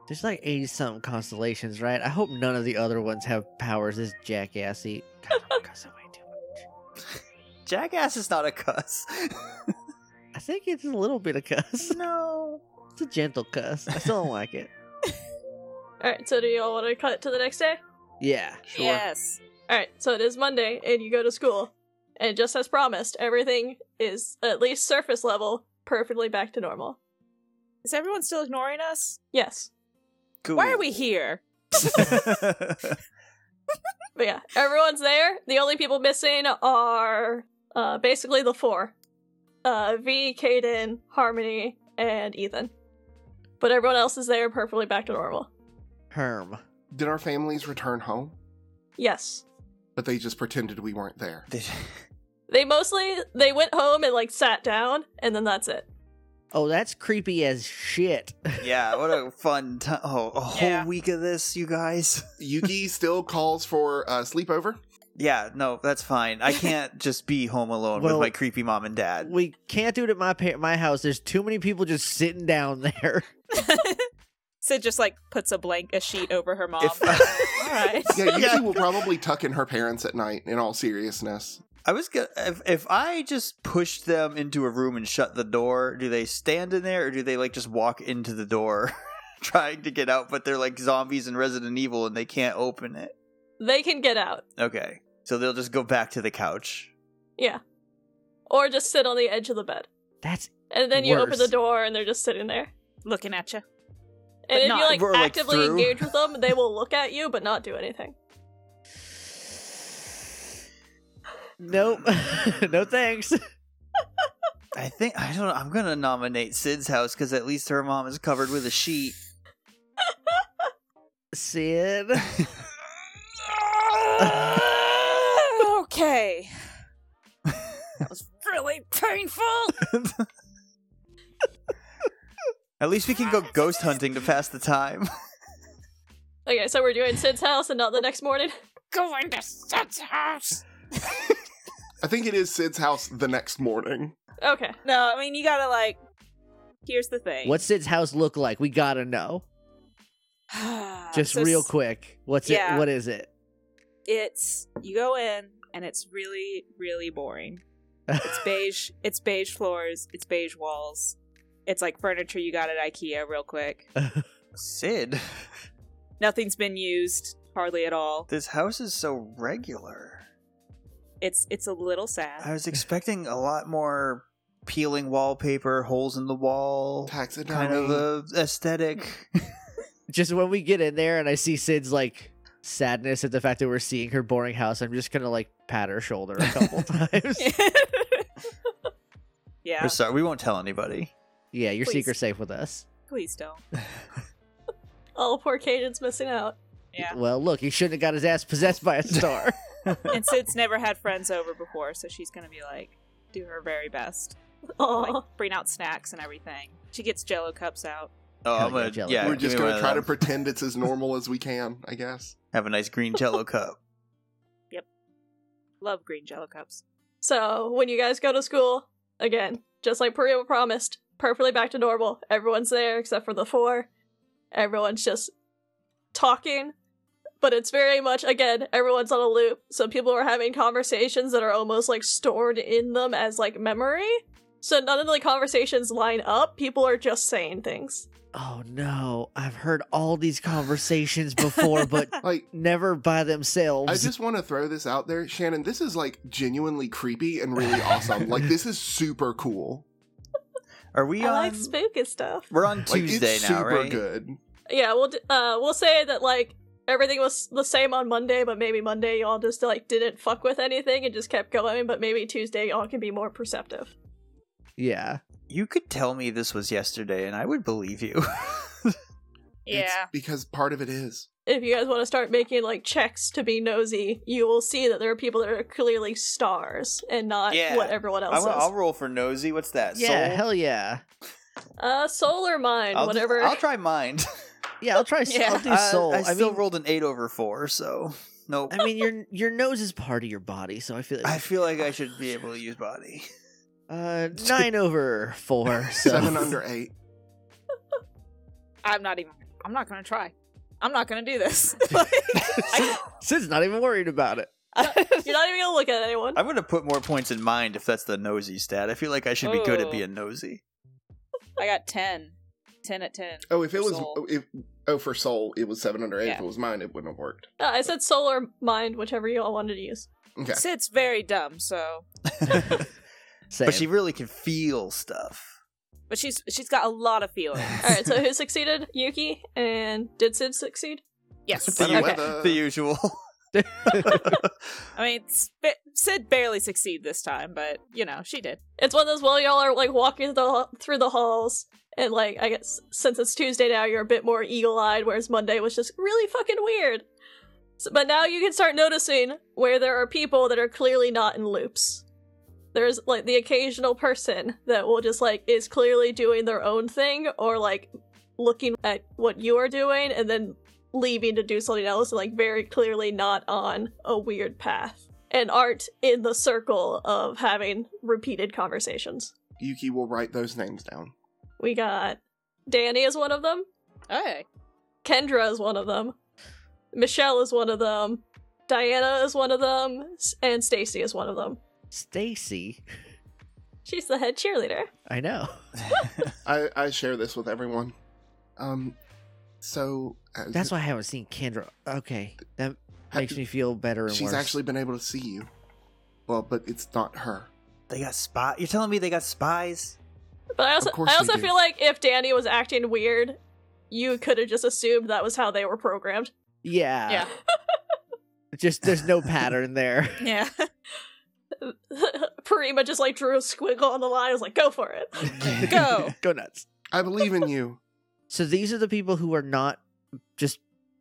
Speaker 2: There's like 80 something constellations, right? I hope none of the other ones have powers this jackassy. God, I'm cussing way too much.
Speaker 3: Jackass is not a cuss.
Speaker 2: I think it's a little bit of cuss.
Speaker 3: no.
Speaker 2: It's a gentle cuss. I still don't like it.
Speaker 4: Alright, so do y'all want to cut to the next day?
Speaker 2: Yeah.
Speaker 5: Sure.
Speaker 1: Yes.
Speaker 4: Alright, so it is Monday, and you go to school. And just as promised, everything is, at least surface level, perfectly back to normal.
Speaker 1: Is everyone still ignoring us?
Speaker 4: Yes.
Speaker 3: Cool.
Speaker 1: Why are we here?
Speaker 4: But yeah, everyone's there. The only people missing are uh, basically the four uh, V, Caden, Harmony, and Ethan. But everyone else is there perfectly back to normal.
Speaker 2: Herm.
Speaker 5: Did our families return home?
Speaker 4: Yes.
Speaker 5: But they just pretended we weren't there.
Speaker 3: Did-
Speaker 4: They mostly they went home and like sat down and then that's it.
Speaker 2: Oh, that's creepy as shit.
Speaker 3: yeah, what a fun time. Oh, a whole
Speaker 1: Yeah.
Speaker 3: week of this, you guys.
Speaker 5: Yuki still calls for a sleepover.
Speaker 3: Yeah, no, that's fine. I can't just be home alone
Speaker 2: Well-
Speaker 3: with my creepy mom and dad.
Speaker 2: We can't do it at my pa- my house. There's too many people just sitting down there.
Speaker 1: Sid just like puts a blank a sheet over her mom.
Speaker 3: If-
Speaker 1: All right.
Speaker 5: Yeah, Yuki
Speaker 3: Yeah.
Speaker 5: will probably tuck in her parents at night in all seriousness.
Speaker 3: I was gonna if, if I just pushed them into a room and shut the door, do they stand in there or do they like just walk into the door trying to get out, but they're like zombies in Resident Evil and they can't open it?
Speaker 4: They can get out.
Speaker 3: Okay. So they'll just go back to the couch.
Speaker 4: Yeah. Or just sit on the edge of the bed.
Speaker 2: That's
Speaker 4: And then you open
Speaker 2: Worse.
Speaker 4: the door and they're just sitting there.
Speaker 1: Looking at you. But
Speaker 4: And if
Speaker 1: not-
Speaker 4: you like
Speaker 3: Or, like,
Speaker 4: actively
Speaker 3: through.
Speaker 4: engage with them, they will look at you but not do anything.
Speaker 2: nope. no thanks.
Speaker 3: I think I don't know. I'm gonna nominate Sid's house because at least her mom is covered with a sheet.
Speaker 2: Sid.
Speaker 1: okay. That was really painful.
Speaker 3: At least we can go ghost hunting to pass the time.
Speaker 4: Okay, so we're doing Sid's house and not the next morning.
Speaker 1: Going to Sid's house.
Speaker 5: I think it is Sid's house the next morning.
Speaker 4: Okay.
Speaker 1: No, I mean you gotta like. Here's the thing.
Speaker 2: What's Sid's house look like? We gotta know. Just
Speaker 1: Uh, So
Speaker 2: real
Speaker 1: s-
Speaker 2: quick. What's
Speaker 1: yeah.
Speaker 2: it? What is it?
Speaker 1: It's you go in and it's really really boring. It's beige. It's beige floors. It's beige walls. It's like furniture you got at IKEA real quick.
Speaker 3: Sid,
Speaker 1: Nothing's been used hardly at all.
Speaker 3: this house is so regular.
Speaker 1: It's it's a little
Speaker 3: I
Speaker 1: sad.
Speaker 3: was expecting a lot more peeling wallpaper, holes in the wall,
Speaker 5: Taxidermy.
Speaker 3: kind of a aesthetic.
Speaker 2: just when we get in there and I see Sid's like sadness at the fact that we're seeing her boring house, I'm just gonna like pat her shoulder a couple times.
Speaker 1: yeah,
Speaker 3: We're sorry, we won't tell anybody.
Speaker 2: Yeah, your
Speaker 1: Please.
Speaker 2: secret's safe with us.
Speaker 1: please don't.
Speaker 4: Oh, poor Caden's missing out.
Speaker 1: Yeah.
Speaker 2: Well, look, he shouldn't have got his ass possessed by a star.
Speaker 1: And Sid's never had friends over before, so she's gonna be like, do her very best,
Speaker 4: Oh,
Speaker 1: like bring out snacks and everything. She gets Jello cups out.
Speaker 3: Oh,
Speaker 2: Hell
Speaker 3: I'm gonna,
Speaker 2: yeah, Jello.
Speaker 3: yeah,
Speaker 5: We're
Speaker 3: give
Speaker 5: just
Speaker 3: me
Speaker 5: going
Speaker 3: one
Speaker 5: to
Speaker 3: of
Speaker 5: try to
Speaker 3: those.
Speaker 5: pretend it's as normal as we can, I guess.
Speaker 3: have a nice green Jello cup.
Speaker 1: Love green Jello cups.
Speaker 4: So when you guys go to school, again, just like Priya promised, perfectly back to normal. Everyone's there except for the four. Everyone's just talking. But it's very much again, everyone's on a loop. So people are having conversations that are almost like stored in them as like memory. So none of the conversations line up. People are just saying things.
Speaker 2: oh no, I've heard all these conversations before, but
Speaker 5: Like,
Speaker 2: never by themselves.
Speaker 5: I just want to throw this out there, Shannon. This is like genuinely creepy and really awesome. like, this is super cool.
Speaker 3: Are we
Speaker 4: I
Speaker 3: on?
Speaker 4: like spooky stuff.
Speaker 3: we're on
Speaker 5: Like,
Speaker 3: Tuesday
Speaker 5: it's
Speaker 3: now,
Speaker 5: super
Speaker 3: right?
Speaker 5: good.
Speaker 4: Yeah, we'll d- uh we'll say that like everything was the same on Monday, but maybe Monday y'all just like didn't fuck with anything and just kept going, but maybe Tuesday y'all can be more perceptive.
Speaker 2: yeah.
Speaker 3: You could tell me this was yesterday, and I would believe you.
Speaker 5: It's because part of it is.
Speaker 4: if you guys want to start making like checks to be nosy, you will see that there are people that are clearly stars and not
Speaker 3: Yeah.
Speaker 4: what everyone
Speaker 3: I
Speaker 4: else
Speaker 3: want, I'll
Speaker 4: is.
Speaker 3: roll for nosy. What's that?
Speaker 2: Yeah,
Speaker 3: Soul?
Speaker 2: hell yeah.
Speaker 4: uh, solar mine,
Speaker 3: I'll,
Speaker 4: whatever.
Speaker 3: I'll try mind.
Speaker 2: Yeah, I'll try.
Speaker 1: Yeah.
Speaker 2: I'll do
Speaker 3: Uh,
Speaker 2: soul.
Speaker 3: I,
Speaker 2: I,
Speaker 3: still
Speaker 2: mean,
Speaker 3: rolled an eight over four, so nope.
Speaker 2: I mean, your your nose is part of your body, so I feel
Speaker 3: I
Speaker 2: like
Speaker 3: feel like I should be able to use body.
Speaker 2: uh, nine over four. So.
Speaker 5: Seven under eight.
Speaker 1: I'm not even. I'm not gonna try. I'm not gonna do this.
Speaker 2: Sid's not even worried about it.
Speaker 4: You're not even gonna look at anyone.
Speaker 3: I'm gonna put more points in mind if that's the nosy stat. I feel like I should be good at
Speaker 1: Oh.
Speaker 3: being nosy.
Speaker 1: I got ten. Ten at ten.
Speaker 5: Oh, if it was
Speaker 1: Soul.
Speaker 5: if oh for soul, it was seven under eight. If
Speaker 1: Yeah.
Speaker 5: it was mine, it wouldn't have worked.
Speaker 4: No, Uh, I said solar mind, whichever you all wanted to use.
Speaker 5: Okay.
Speaker 1: Sid's very dumb, so
Speaker 2: Same.
Speaker 3: but she really can feel stuff.
Speaker 1: but she's she's got a lot of feeling.
Speaker 4: All right, so who succeeded? Yuki and did Sid succeed?
Speaker 1: Yes,
Speaker 5: The
Speaker 3: the,
Speaker 5: Okay.
Speaker 1: okay.
Speaker 5: weather.
Speaker 3: the usual.
Speaker 1: I mean, Sp- Sid barely succeeded this time, but you know she did.
Speaker 4: It's one of those while y'all are like walking the, through the halls, and like I guess since it's Tuesday now, you're a bit more eagle-eyed, whereas Monday was just really fucking weird. So, but now you can start noticing where there are people that are clearly not in loops. There's like the occasional person that will just like is clearly doing their own thing or like looking at what you are doing and then leaving to do something else and like very clearly not on a weird path and aren't in the circle of having repeated conversations.
Speaker 5: Yuki will write those names down.
Speaker 4: We got Danny is one of them,
Speaker 1: Okay.
Speaker 4: Kendra is one of them, Michelle is one of them, Diana is one of them, s- and Stacy is one of them.
Speaker 2: Stacy.
Speaker 4: She's the head cheerleader.
Speaker 2: I know.
Speaker 5: I I share this with everyone. Um, so uh,
Speaker 2: That's why I haven't seen Kendra. Okay, that
Speaker 5: ha-
Speaker 2: makes me feel better. And
Speaker 5: She's
Speaker 2: worse.
Speaker 5: actually been able to see you. Well, but it's not her.
Speaker 3: they got spy. You're telling me they got spies?
Speaker 4: But I also
Speaker 5: course
Speaker 4: I
Speaker 5: they
Speaker 4: also
Speaker 5: do.
Speaker 4: feel like if Danny was acting weird, you could have just assumed that was how they were programmed.
Speaker 2: Yeah.
Speaker 1: Yeah.
Speaker 2: Just there's no pattern there.
Speaker 1: Yeah.
Speaker 4: Parima just like drew a squiggle on the line. was like, "Go for it."
Speaker 1: Go.
Speaker 2: Go nuts.
Speaker 5: I believe in you.
Speaker 2: So these are the people who are not just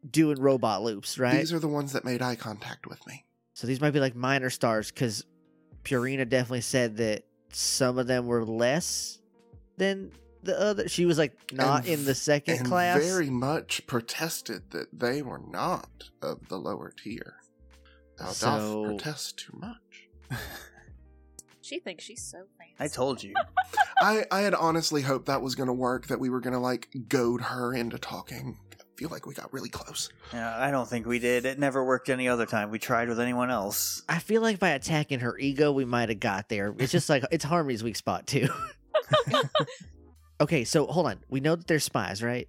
Speaker 2: doing robot loops, right?
Speaker 5: These are the ones that made eye contact with me.
Speaker 2: So these might be like minor stars because Purina definitely said that some of them were less than the other. She was like not
Speaker 5: And
Speaker 2: in the second
Speaker 5: and
Speaker 2: class.
Speaker 5: very much protested that they were not of the lower tier. Thou
Speaker 2: So-
Speaker 5: doth protest too much.
Speaker 1: She thinks she's so fancy.
Speaker 3: I told you.
Speaker 5: I, I had honestly hoped that was going to work, that we were going to like goad her into talking. I feel like we got really close.
Speaker 3: Yeah, I don't think we did. It never worked any other time. We tried with anyone else.
Speaker 2: I feel like by attacking her ego, we might have got there. It's just like it's Harmony's weak spot too. okay, so hold on. We know that they're spies, right?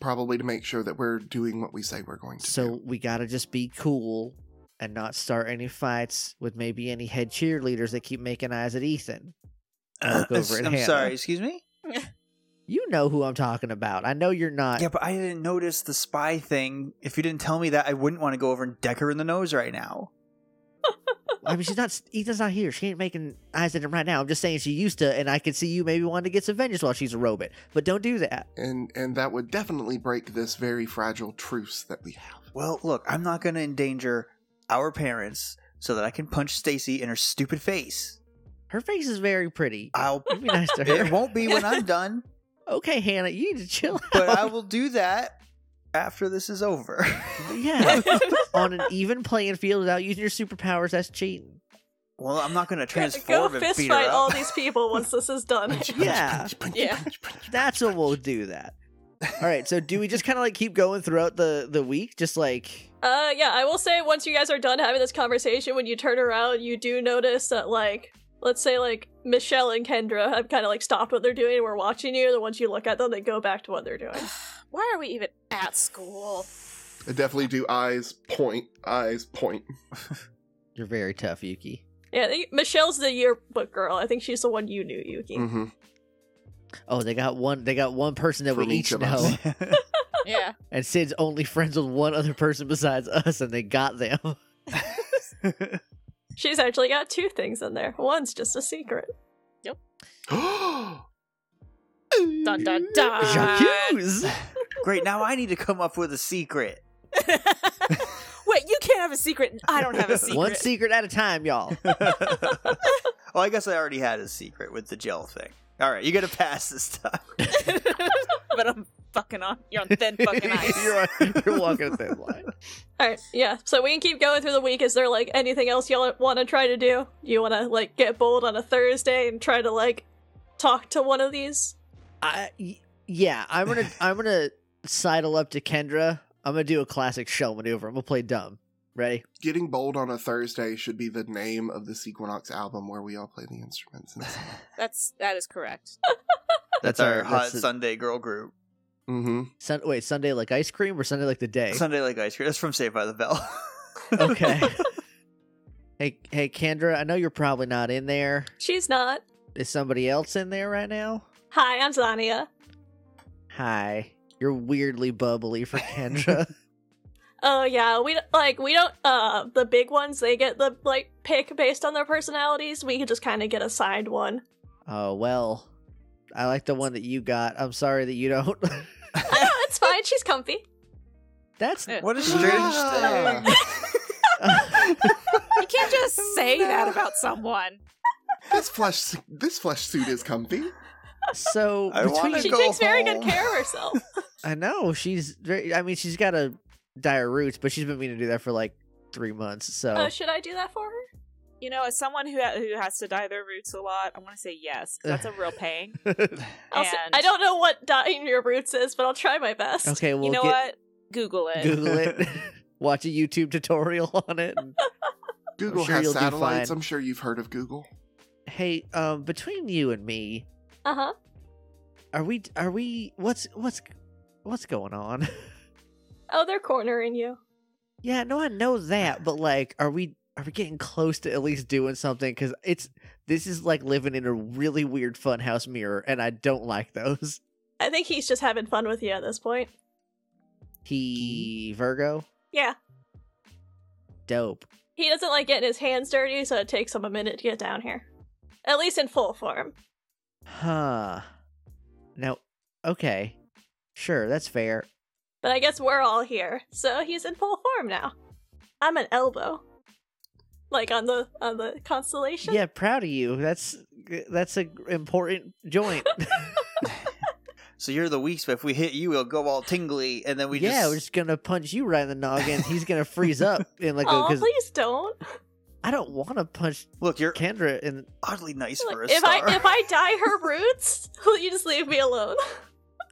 Speaker 5: Probably to make sure that we're doing what we say we're going to
Speaker 2: So
Speaker 5: do.
Speaker 2: we gotta just be cool and not start any fights with maybe any head cheerleaders that keep making eyes at Ethan. I'll look
Speaker 3: I'm
Speaker 2: over at
Speaker 3: I'm
Speaker 2: Hannah.
Speaker 3: sorry. Excuse me.
Speaker 2: You know who I'm talking about. I know you're not.
Speaker 3: Yeah, but I didn't notice the spy thing. If you didn't tell me that, I wouldn't want to go over and deck her in the nose right now.
Speaker 2: I mean, she's not. Ethan's not here. She ain't making eyes at him right now. I'm just saying she used to, and I could see you maybe wanting to get some vengeance while she's a robot. But don't do that.
Speaker 5: And and that would definitely break this very fragile truce that we have.
Speaker 3: Well, look, I'm not going to endanger our parents so that I can punch Stacy in her stupid face.
Speaker 2: Her face is very pretty.
Speaker 3: I'll.
Speaker 2: Be nice to
Speaker 3: It
Speaker 2: her.
Speaker 3: won't be when I'm done,
Speaker 2: okay, Hannah, you need to chill
Speaker 3: but I
Speaker 2: out.
Speaker 3: will do that after this is over.
Speaker 2: yeah, on an even playing field without using your superpowers, that's cheating.
Speaker 3: well, I'm not going to
Speaker 4: Go
Speaker 3: transform and
Speaker 4: fist
Speaker 3: beat her
Speaker 4: fight
Speaker 3: up.
Speaker 4: all these people once this is done.
Speaker 5: Punch, punch,
Speaker 2: Yeah.
Speaker 5: punch, punch,
Speaker 1: Yeah.
Speaker 5: punch, punch,
Speaker 2: That's
Speaker 5: punch,
Speaker 2: what we'll do. That. All right. So do we just kind of like keep going throughout the the week, just like
Speaker 4: Uh, yeah, I will say once you guys are done having this conversation, when you turn around, you do notice that, like, let's say, like, Michelle and Kendra have kind of, like, stopped what they're doing and we're watching you. Then once you look at them, they go back to what they're doing.
Speaker 1: Why are we even at school?
Speaker 5: I definitely do eyes point, eyes point.
Speaker 2: you're very tough, Yuki.
Speaker 4: Yeah, I think Michelle's the yearbook girl. I think she's the one you knew, Yuki.
Speaker 5: Mm-hmm.
Speaker 2: Oh, they got one. They got one person that
Speaker 5: From
Speaker 2: we
Speaker 5: each
Speaker 2: each
Speaker 5: of
Speaker 2: know.
Speaker 5: us.
Speaker 1: Yeah.
Speaker 2: And Sid's only friends with one other person besides us, and they got them.
Speaker 4: She's actually got two things in there. One's just a secret.
Speaker 1: Dun dun dun.
Speaker 5: Mm-hmm.
Speaker 2: Jacques. Uh,
Speaker 3: Great, now I need to come up with a secret.
Speaker 1: Wait, you can't have a secret. and I don't have a secret.
Speaker 2: One secret at a time, y'all.
Speaker 3: well, I guess I already had a secret with the gel thing. All right, you get a pass this time.
Speaker 1: but I'm fucking on. You're on thin fucking ice.
Speaker 2: you're, on- you're walking a thin line.
Speaker 4: All right, yeah. So we can keep going through the week. Is there like anything else y'all want to try to do? You want to like get bold on a Thursday and try to like talk to one of these?
Speaker 2: I y- yeah, I'm gonna I'm gonna sidle up to Kendra. I'm gonna do a classic shell maneuver. I'm gonna play dumb. Ready?
Speaker 5: Getting bold on a Thursday should be the name of the Sequinox album where we all play the instruments.
Speaker 1: That's that is correct.
Speaker 3: That's,
Speaker 2: That's
Speaker 3: our,
Speaker 2: our-
Speaker 3: hot
Speaker 2: that's the-
Speaker 3: Sunday girl group.
Speaker 5: mm-hmm.
Speaker 2: Sun- wait, Sunday like ice cream or Sunday like the day?
Speaker 3: Sunday like ice cream. That's from Saved by the Bell.
Speaker 2: okay. hey, hey, Kendra. I know you're probably not in there.
Speaker 4: She's not.
Speaker 2: Is somebody else in there right now?
Speaker 4: Hi, I'm Zania.
Speaker 2: Hi. You're weirdly bubbly for Kendra.
Speaker 4: Oh yeah, we like we don't. Uh, the big ones they get the like pick based on their personalities. We can just kind of get assigned one.
Speaker 2: oh well. I like the one that you got. I'm sorry that you don't.
Speaker 4: I know it's fine. She's comfy.
Speaker 2: That's
Speaker 3: what a
Speaker 5: Yeah.
Speaker 3: strange thing.
Speaker 1: You can't just say that about someone.
Speaker 5: this flesh this flesh suit is comfy.
Speaker 2: so.
Speaker 3: I
Speaker 2: between-
Speaker 3: wanna
Speaker 4: She
Speaker 3: go
Speaker 4: takes very
Speaker 3: home.
Speaker 4: good care of herself.
Speaker 2: I know she's very. I mean, she's got a dire roots, but she's been meaning to do that for like three months. So
Speaker 1: Oh,
Speaker 4: Uh, should I do that for her?
Speaker 1: You know, as someone who ha- who has to dye their roots a lot, I want to say yes. 'cause That's a real pain.
Speaker 4: I'll say,
Speaker 1: And-
Speaker 4: I don't know what dying your roots is, but I'll try my best.
Speaker 2: okay, we'll
Speaker 1: you know
Speaker 2: get,
Speaker 1: what? Google it.
Speaker 2: Google it. Watch a YouTube tutorial on it. and-
Speaker 5: Google
Speaker 2: sure
Speaker 5: has
Speaker 2: you'll do
Speaker 5: satellites.
Speaker 2: fine.
Speaker 5: I'm sure you've heard of Google.
Speaker 2: hey, um, between you and me,
Speaker 4: Uh huh.
Speaker 2: are we? Are we? What's what's what's going on?
Speaker 4: Oh, they're cornering you.
Speaker 2: yeah, no, I know that, but like, are we? Are we getting close to at least doing something? Because it's this is like living in a really weird funhouse mirror, and I don't like those.
Speaker 4: I think he's just having fun with you at this point.
Speaker 2: He Virgo,
Speaker 4: Yeah.
Speaker 2: dope.
Speaker 4: He doesn't like getting his hands dirty, so it takes him a minute to get down here. At least in full form.
Speaker 2: Huh. Now, okay. Sure, that's fair.
Speaker 4: But I guess we're all here, so he's in full form now. I'm an elbow. Like on the on the constellation.
Speaker 2: Yeah, proud of you. That's that's a important joint.
Speaker 3: So you're the weak spot. If we hit you, it'll go all tingly, and then we
Speaker 2: yeah,
Speaker 3: just
Speaker 2: we're just gonna punch you right in the noggin. He's gonna freeze up in like
Speaker 4: oh,
Speaker 2: because
Speaker 4: please don't.
Speaker 2: I don't want to punch
Speaker 3: look. You're
Speaker 2: Kendra in.
Speaker 3: oddly nice
Speaker 4: Like,
Speaker 3: for a
Speaker 4: if
Speaker 3: star.
Speaker 4: I if I dye her roots, will you just leave me alone?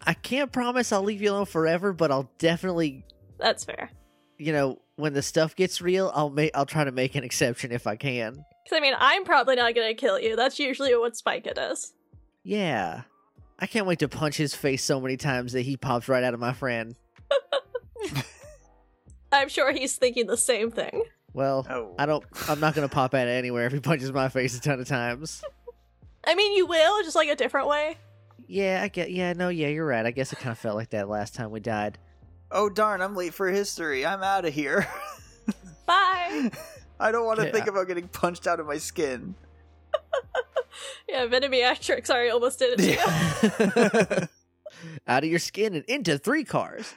Speaker 2: I can't promise I'll leave you alone forever, but I'll definitely,
Speaker 4: That's fair.
Speaker 2: you know, when the stuff gets real, I'll make I'll try to make an exception if I can.
Speaker 4: Because I mean, I'm probably not gonna kill you. That's usually what Spica does.
Speaker 2: Yeah, I can't wait to punch his face so many times that he pops right out of my friend.
Speaker 4: I'm sure he's thinking the same thing.
Speaker 2: Well,
Speaker 3: oh,
Speaker 2: I don't. I'm not gonna pop at it anywhere if he punches my face a ton of times.
Speaker 4: I mean, you will, just like a different way.
Speaker 2: Yeah, I get. Yeah, no, yeah, you're right. I guess it kind of felt like that last time we died.
Speaker 3: oh darn! I'm late for history. I'm out of here.
Speaker 4: Bye.
Speaker 3: I don't want to
Speaker 2: Yeah.
Speaker 3: think about getting punched out of my skin.
Speaker 4: yeah, Venomiatrix. Sorry, I almost did it. to you.
Speaker 2: Out of your skin and into three cars.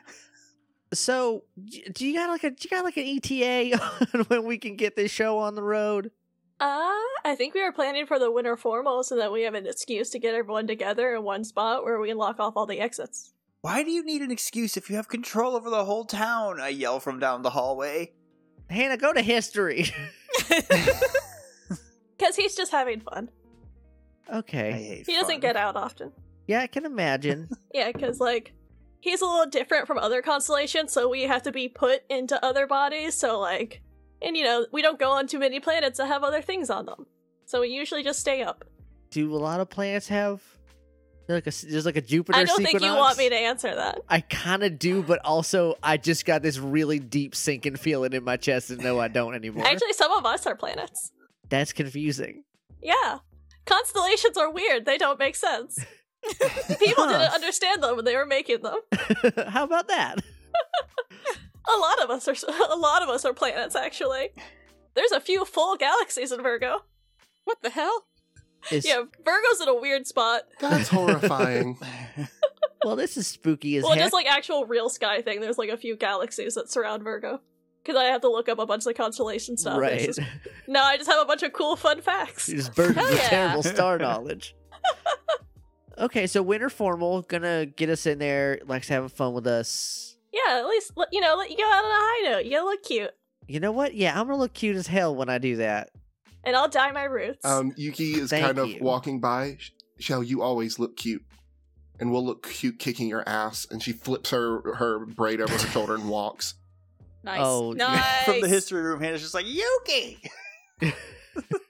Speaker 2: So, d- do you got like a do you got like an ETA on when we can get this show on the road?
Speaker 4: Uh, I think we were planning for the winter formal so that we have an excuse to get everyone together in one spot where we can lock off all the exits.
Speaker 3: Why do you need an excuse if you have control over the whole town? I yell from down the hallway.
Speaker 2: Hannah, go to history.
Speaker 4: Because he's just having fun.
Speaker 3: I
Speaker 2: okay.
Speaker 3: hate
Speaker 4: He doesn't
Speaker 3: fun.
Speaker 4: get out often.
Speaker 2: Yeah, I can imagine.
Speaker 4: Yeah, because, like, he's a little different from other constellations, so we have to be put into other bodies, so, like, and you know, we don't go on too many planets that have other things on them. So we usually just stay up.
Speaker 2: do a lot of planets have like a s- there's like a Jupiter?
Speaker 4: I don't think you
Speaker 2: sequinox?
Speaker 4: want me to answer that.
Speaker 2: I kind of do, but also I just got this really deep sinking feeling in my chest, and no, I don't anymore.
Speaker 4: Actually, some of us are planets.
Speaker 2: That's confusing.
Speaker 4: Yeah. Constellations are weird. They don't make sense. People
Speaker 2: Huh.
Speaker 4: didn't understand them when they were making them.
Speaker 2: How about that?
Speaker 4: A lot of us are a lot of us are planets actually. There's a few full galaxies in Virgo.
Speaker 1: What the hell?
Speaker 2: Is-
Speaker 4: Yeah, Virgo's in a weird spot.
Speaker 5: That's horrifying.
Speaker 2: Well, this is spooky as
Speaker 4: well,
Speaker 2: heck.
Speaker 4: just like actual real sky thing. There's like a few galaxies that surround Virgo. Because I have to look up a bunch of the constellation stuff. It's
Speaker 2: right.
Speaker 4: just- no, I just have a bunch of cool fun facts.
Speaker 2: You're just burdened
Speaker 4: Hell
Speaker 2: with
Speaker 4: yeah.
Speaker 2: terrible star knowledge. okay, so winter formal gonna get us in there. Lex having fun with us.
Speaker 4: Yeah, at least let- you know, let you go out on a high note. You gotta look cute,
Speaker 2: You know what? Yeah, I'm gonna look cute as hell when I do that.
Speaker 4: and I'll dye my roots.
Speaker 5: Um, Yuki is
Speaker 2: Thank
Speaker 5: kind of
Speaker 2: you.
Speaker 5: walking by. Sh- Shall you always look cute? And we'll look cute kicking your ass. And she flips her her braid over her shoulder and walks.
Speaker 1: Nice.
Speaker 2: Oh,
Speaker 1: nice.
Speaker 3: From the history room, Hannah's just like, Yuki!
Speaker 4: it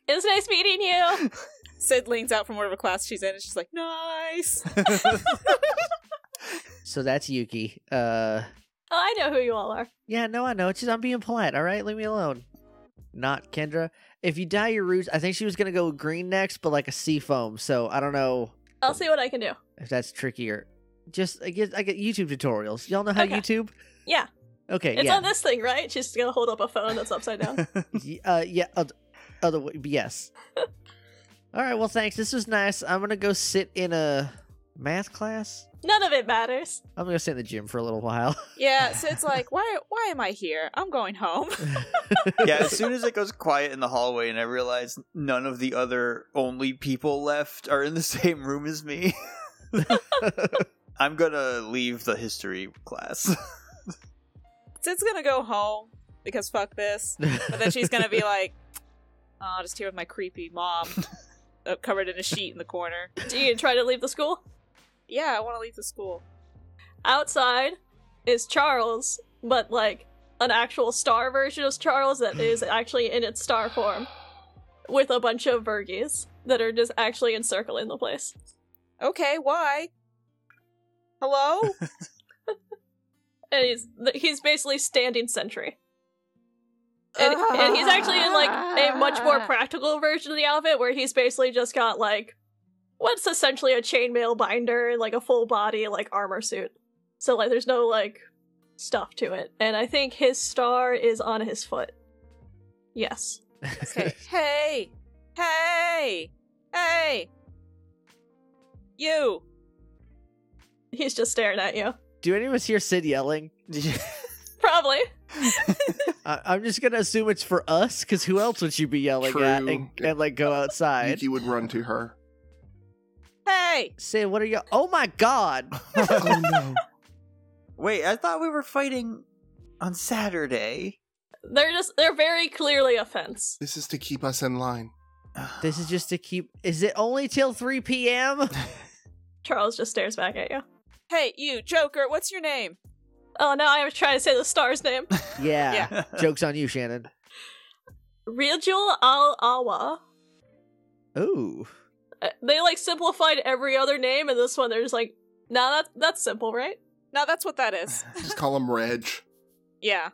Speaker 4: was nice meeting you.
Speaker 1: Sid leans out from whatever class she's in, and she's like, "Nice."
Speaker 2: So that's Yuki. Uh,
Speaker 4: Oh, I know who you all are.
Speaker 2: yeah, no, I know. It's just I'm being polite. All right, leave me alone. Not Kendra. If you dye your roots, I think she was gonna go with green next, but like a sea foam. So I don't know
Speaker 4: I'll see what I can do.
Speaker 2: if that's trickier. Just I get I get YouTube tutorials. Y'all know how
Speaker 4: Okay.
Speaker 2: YouTube?
Speaker 4: Yeah.
Speaker 2: Okay.
Speaker 4: It's
Speaker 2: yeah.
Speaker 4: on this thing, right? She's gonna hold up a phone that's upside down.
Speaker 2: Y- uh, yeah. Other, other way, yes. All right. Well, thanks. This was nice. I'm gonna go sit in a math class.
Speaker 4: None of it matters.
Speaker 2: I'm gonna go sit in the gym for a little while.
Speaker 1: Yeah, Sid's like, "Why? Why am I here? I'm going home."
Speaker 3: yeah, as soon as it goes quiet in the hallway and I realize none of the other only people left are in the same room as me, I'm gonna leave the history class.
Speaker 1: Sid's gonna go home because fuck this. But then she's gonna be like, "Oh, just here with my creepy mom, uh, covered in a sheet in the corner."
Speaker 4: Do you try to leave the school?
Speaker 1: Yeah, I want to leave the school.
Speaker 4: Outside is Charles, but like an actual star version of Charles that is actually in its star form, with a bunch of Virgies that are just actually encircling the place.
Speaker 1: Okay, why? Hello?
Speaker 4: and he's th- he's basically standing sentry. And, and he's actually in like a much more practical version of the outfit where he's basically just got like what's essentially a chainmail binder and like a full body like armor suit. So like there's no like stuff to it. And I think his star is on his foot. Yes.
Speaker 1: okay. Hey, hey, hey, you.
Speaker 4: He's just staring at you.
Speaker 2: Do any of us hear Sid yelling?
Speaker 4: Probably.
Speaker 2: I- I'm just gonna assume it's for us, because who else would you be yelling at
Speaker 5: True.
Speaker 2: and, and like go outside?
Speaker 5: Yuki would run to her.
Speaker 1: Hey,
Speaker 2: Sid, what are you? Oh my God!
Speaker 5: oh no!
Speaker 3: Wait, I thought we were fighting on Saturday.
Speaker 4: They're just they're very clearly a fence.
Speaker 5: This is to keep us in line.
Speaker 2: This is just to keep. Is it only till 3 p.m.?
Speaker 4: Charles just stares back at you.
Speaker 1: hey, you, Joker. What's your name?
Speaker 4: Oh no, I was trying to say the star's name.
Speaker 2: Yeah. Jokes on you, Shannon.
Speaker 4: Rijal Al Awa.
Speaker 2: Ooh.
Speaker 4: Uh, They like simplified every other name, and this one they're just like, nah, that that's simple, right?
Speaker 1: No, that's what that is.
Speaker 5: Just call him Reg.
Speaker 1: Yeah.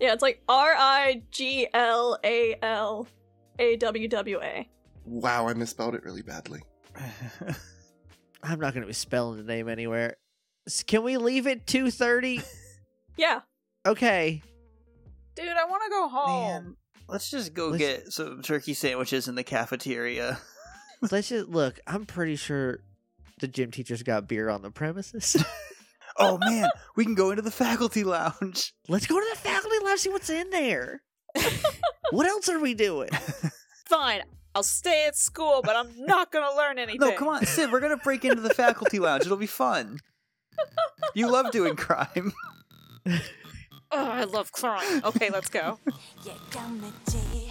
Speaker 4: Yeah, it's like R I G L A L A W W A.
Speaker 5: Wow, I misspelled it really badly.
Speaker 2: I'm not gonna be spelling the name anywhere. S- Can we leave at 2:30?
Speaker 4: Yeah,
Speaker 2: Okay.
Speaker 1: Dude, I want to go home.
Speaker 3: Man, let's just go
Speaker 2: Oh. Let's-
Speaker 3: get some turkey sandwiches in the cafeteria.
Speaker 2: Let's just look. I'm pretty sure the gym teacher's got beer on the premises.
Speaker 3: Oh man, we can go into the faculty lounge.
Speaker 2: Let's go to the faculty lounge see what's in there. what else are we doing?
Speaker 1: Fine. I'll stay at school, but I'm not going to learn anything.
Speaker 3: No, come on, Sid, we're gonna break into the faculty lounge. It'll be fun. You love doing crime.
Speaker 1: Ugh, I love crime. Okay, let's go.
Speaker 6: 예감했지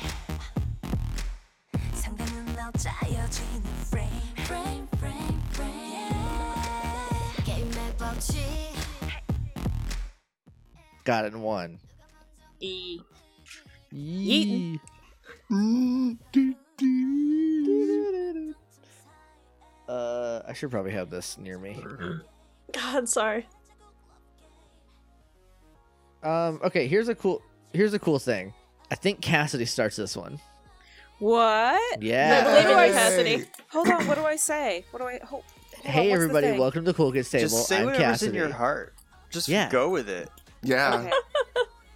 Speaker 6: 상대는 너 짜여지는 frame frame frame frame yeah. 게임의 법칙
Speaker 2: Got it in one.
Speaker 1: E.
Speaker 2: Yeet. Uh, I should probably have this near me.
Speaker 4: God, sorry.
Speaker 2: Um, okay, here's a cool here's a cool thing. I think Cassidy starts this one.
Speaker 1: What?
Speaker 2: Yeah.
Speaker 4: I believe in you,
Speaker 1: Yay.
Speaker 4: Cassidy.
Speaker 1: Hold on. What do I say? What do I. Hold, hold on,
Speaker 2: Hey
Speaker 1: what's the
Speaker 2: everybody,
Speaker 1: thing?
Speaker 2: welcome to Cool Kids Table.
Speaker 3: Just say
Speaker 2: I'm
Speaker 3: whatever's
Speaker 2: Cassidy.
Speaker 3: in your heart. Just
Speaker 2: Yeah.
Speaker 3: go with it.
Speaker 5: Yeah.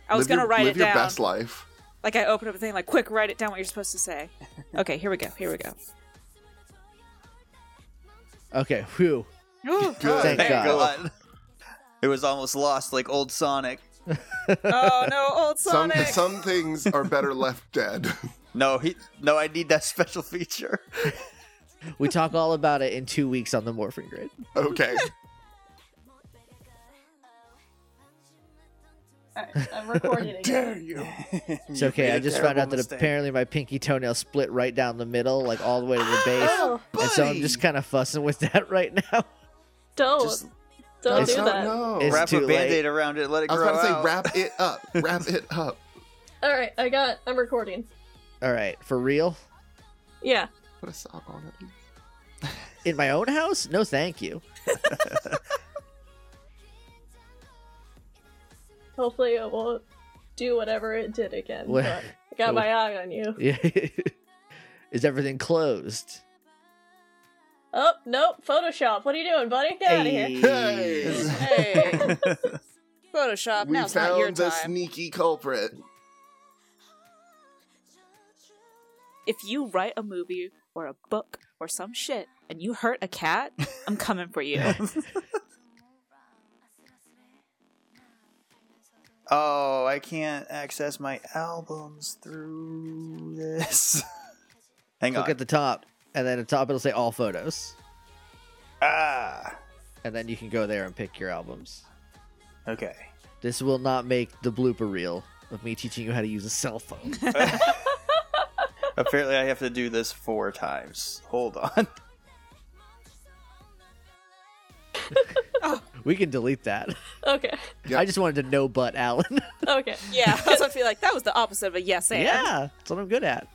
Speaker 1: Okay. I was
Speaker 5: Live
Speaker 1: going to
Speaker 5: your-
Speaker 1: write
Speaker 5: live
Speaker 1: it
Speaker 5: your
Speaker 1: down.
Speaker 5: best life.
Speaker 1: Like I opened up a thing, like, quick, write it down what you're supposed to say. Okay, here we go. Here we go.
Speaker 2: Okay, whew.
Speaker 1: Ooh,
Speaker 5: Good.
Speaker 2: Thank
Speaker 3: God. It was almost lost like old Sonic.
Speaker 1: oh no, old
Speaker 5: Some
Speaker 1: Sonic.
Speaker 5: some things are better left dead.
Speaker 3: No, he no, I need that special feature.
Speaker 2: We talk all about it in two weeks on the Morphing Grid.
Speaker 5: okay.
Speaker 4: Alright, I'm recording again.
Speaker 5: Dare you?
Speaker 2: It's okay. I just found out that apparently my pinky toenail split right down the middle, like all the way to the base.
Speaker 4: Oh,
Speaker 2: And so I'm just kind of fussing with that right now.
Speaker 4: don't.
Speaker 3: Just
Speaker 4: don't
Speaker 2: It's
Speaker 4: do
Speaker 5: No,
Speaker 4: that.
Speaker 5: no.
Speaker 2: It's
Speaker 3: wrap a
Speaker 2: too late.
Speaker 3: band-aid around it, let it
Speaker 5: I
Speaker 3: grow
Speaker 5: was about to say
Speaker 3: out.
Speaker 5: wrap it up. wrap it up.
Speaker 4: Alright, I got I'm recording.
Speaker 2: All right, for real?
Speaker 4: Yeah.
Speaker 5: Put a sock on it.
Speaker 2: In my own house? No, thank you.
Speaker 4: Hopefully it won't do whatever it did again.
Speaker 2: Well-
Speaker 4: but I got my eye on you.
Speaker 2: Yeah. Is everything closed?
Speaker 4: Oh, nope, Photoshop. What are you doing, buddy? Get out of here.
Speaker 5: Hey.
Speaker 1: hey, Photoshop.
Speaker 5: we
Speaker 1: Now's not your
Speaker 5: found the
Speaker 1: time.
Speaker 5: sneaky culprit.
Speaker 1: if you write a movie or a book or some shit and you hurt a cat, I'm coming for you.
Speaker 3: Oh, I can't access my albums through this. Hang
Speaker 2: Look
Speaker 3: on.
Speaker 2: at the top, and then at the top it'll say all photos,
Speaker 3: ah,
Speaker 2: and then you can go there and pick your albums.
Speaker 3: okay.
Speaker 2: This will not make the blooper reel of me teaching you how to use a cell phone.
Speaker 3: Apparently, I have to do this four times. Hold on.
Speaker 2: we can delete that.
Speaker 4: Okay.
Speaker 5: Yep.
Speaker 2: I just wanted to no butt Alan.
Speaker 4: Okay.
Speaker 1: yeah, I also feel like that was the opposite of a yes and.
Speaker 2: yeah, that's what I'm good at.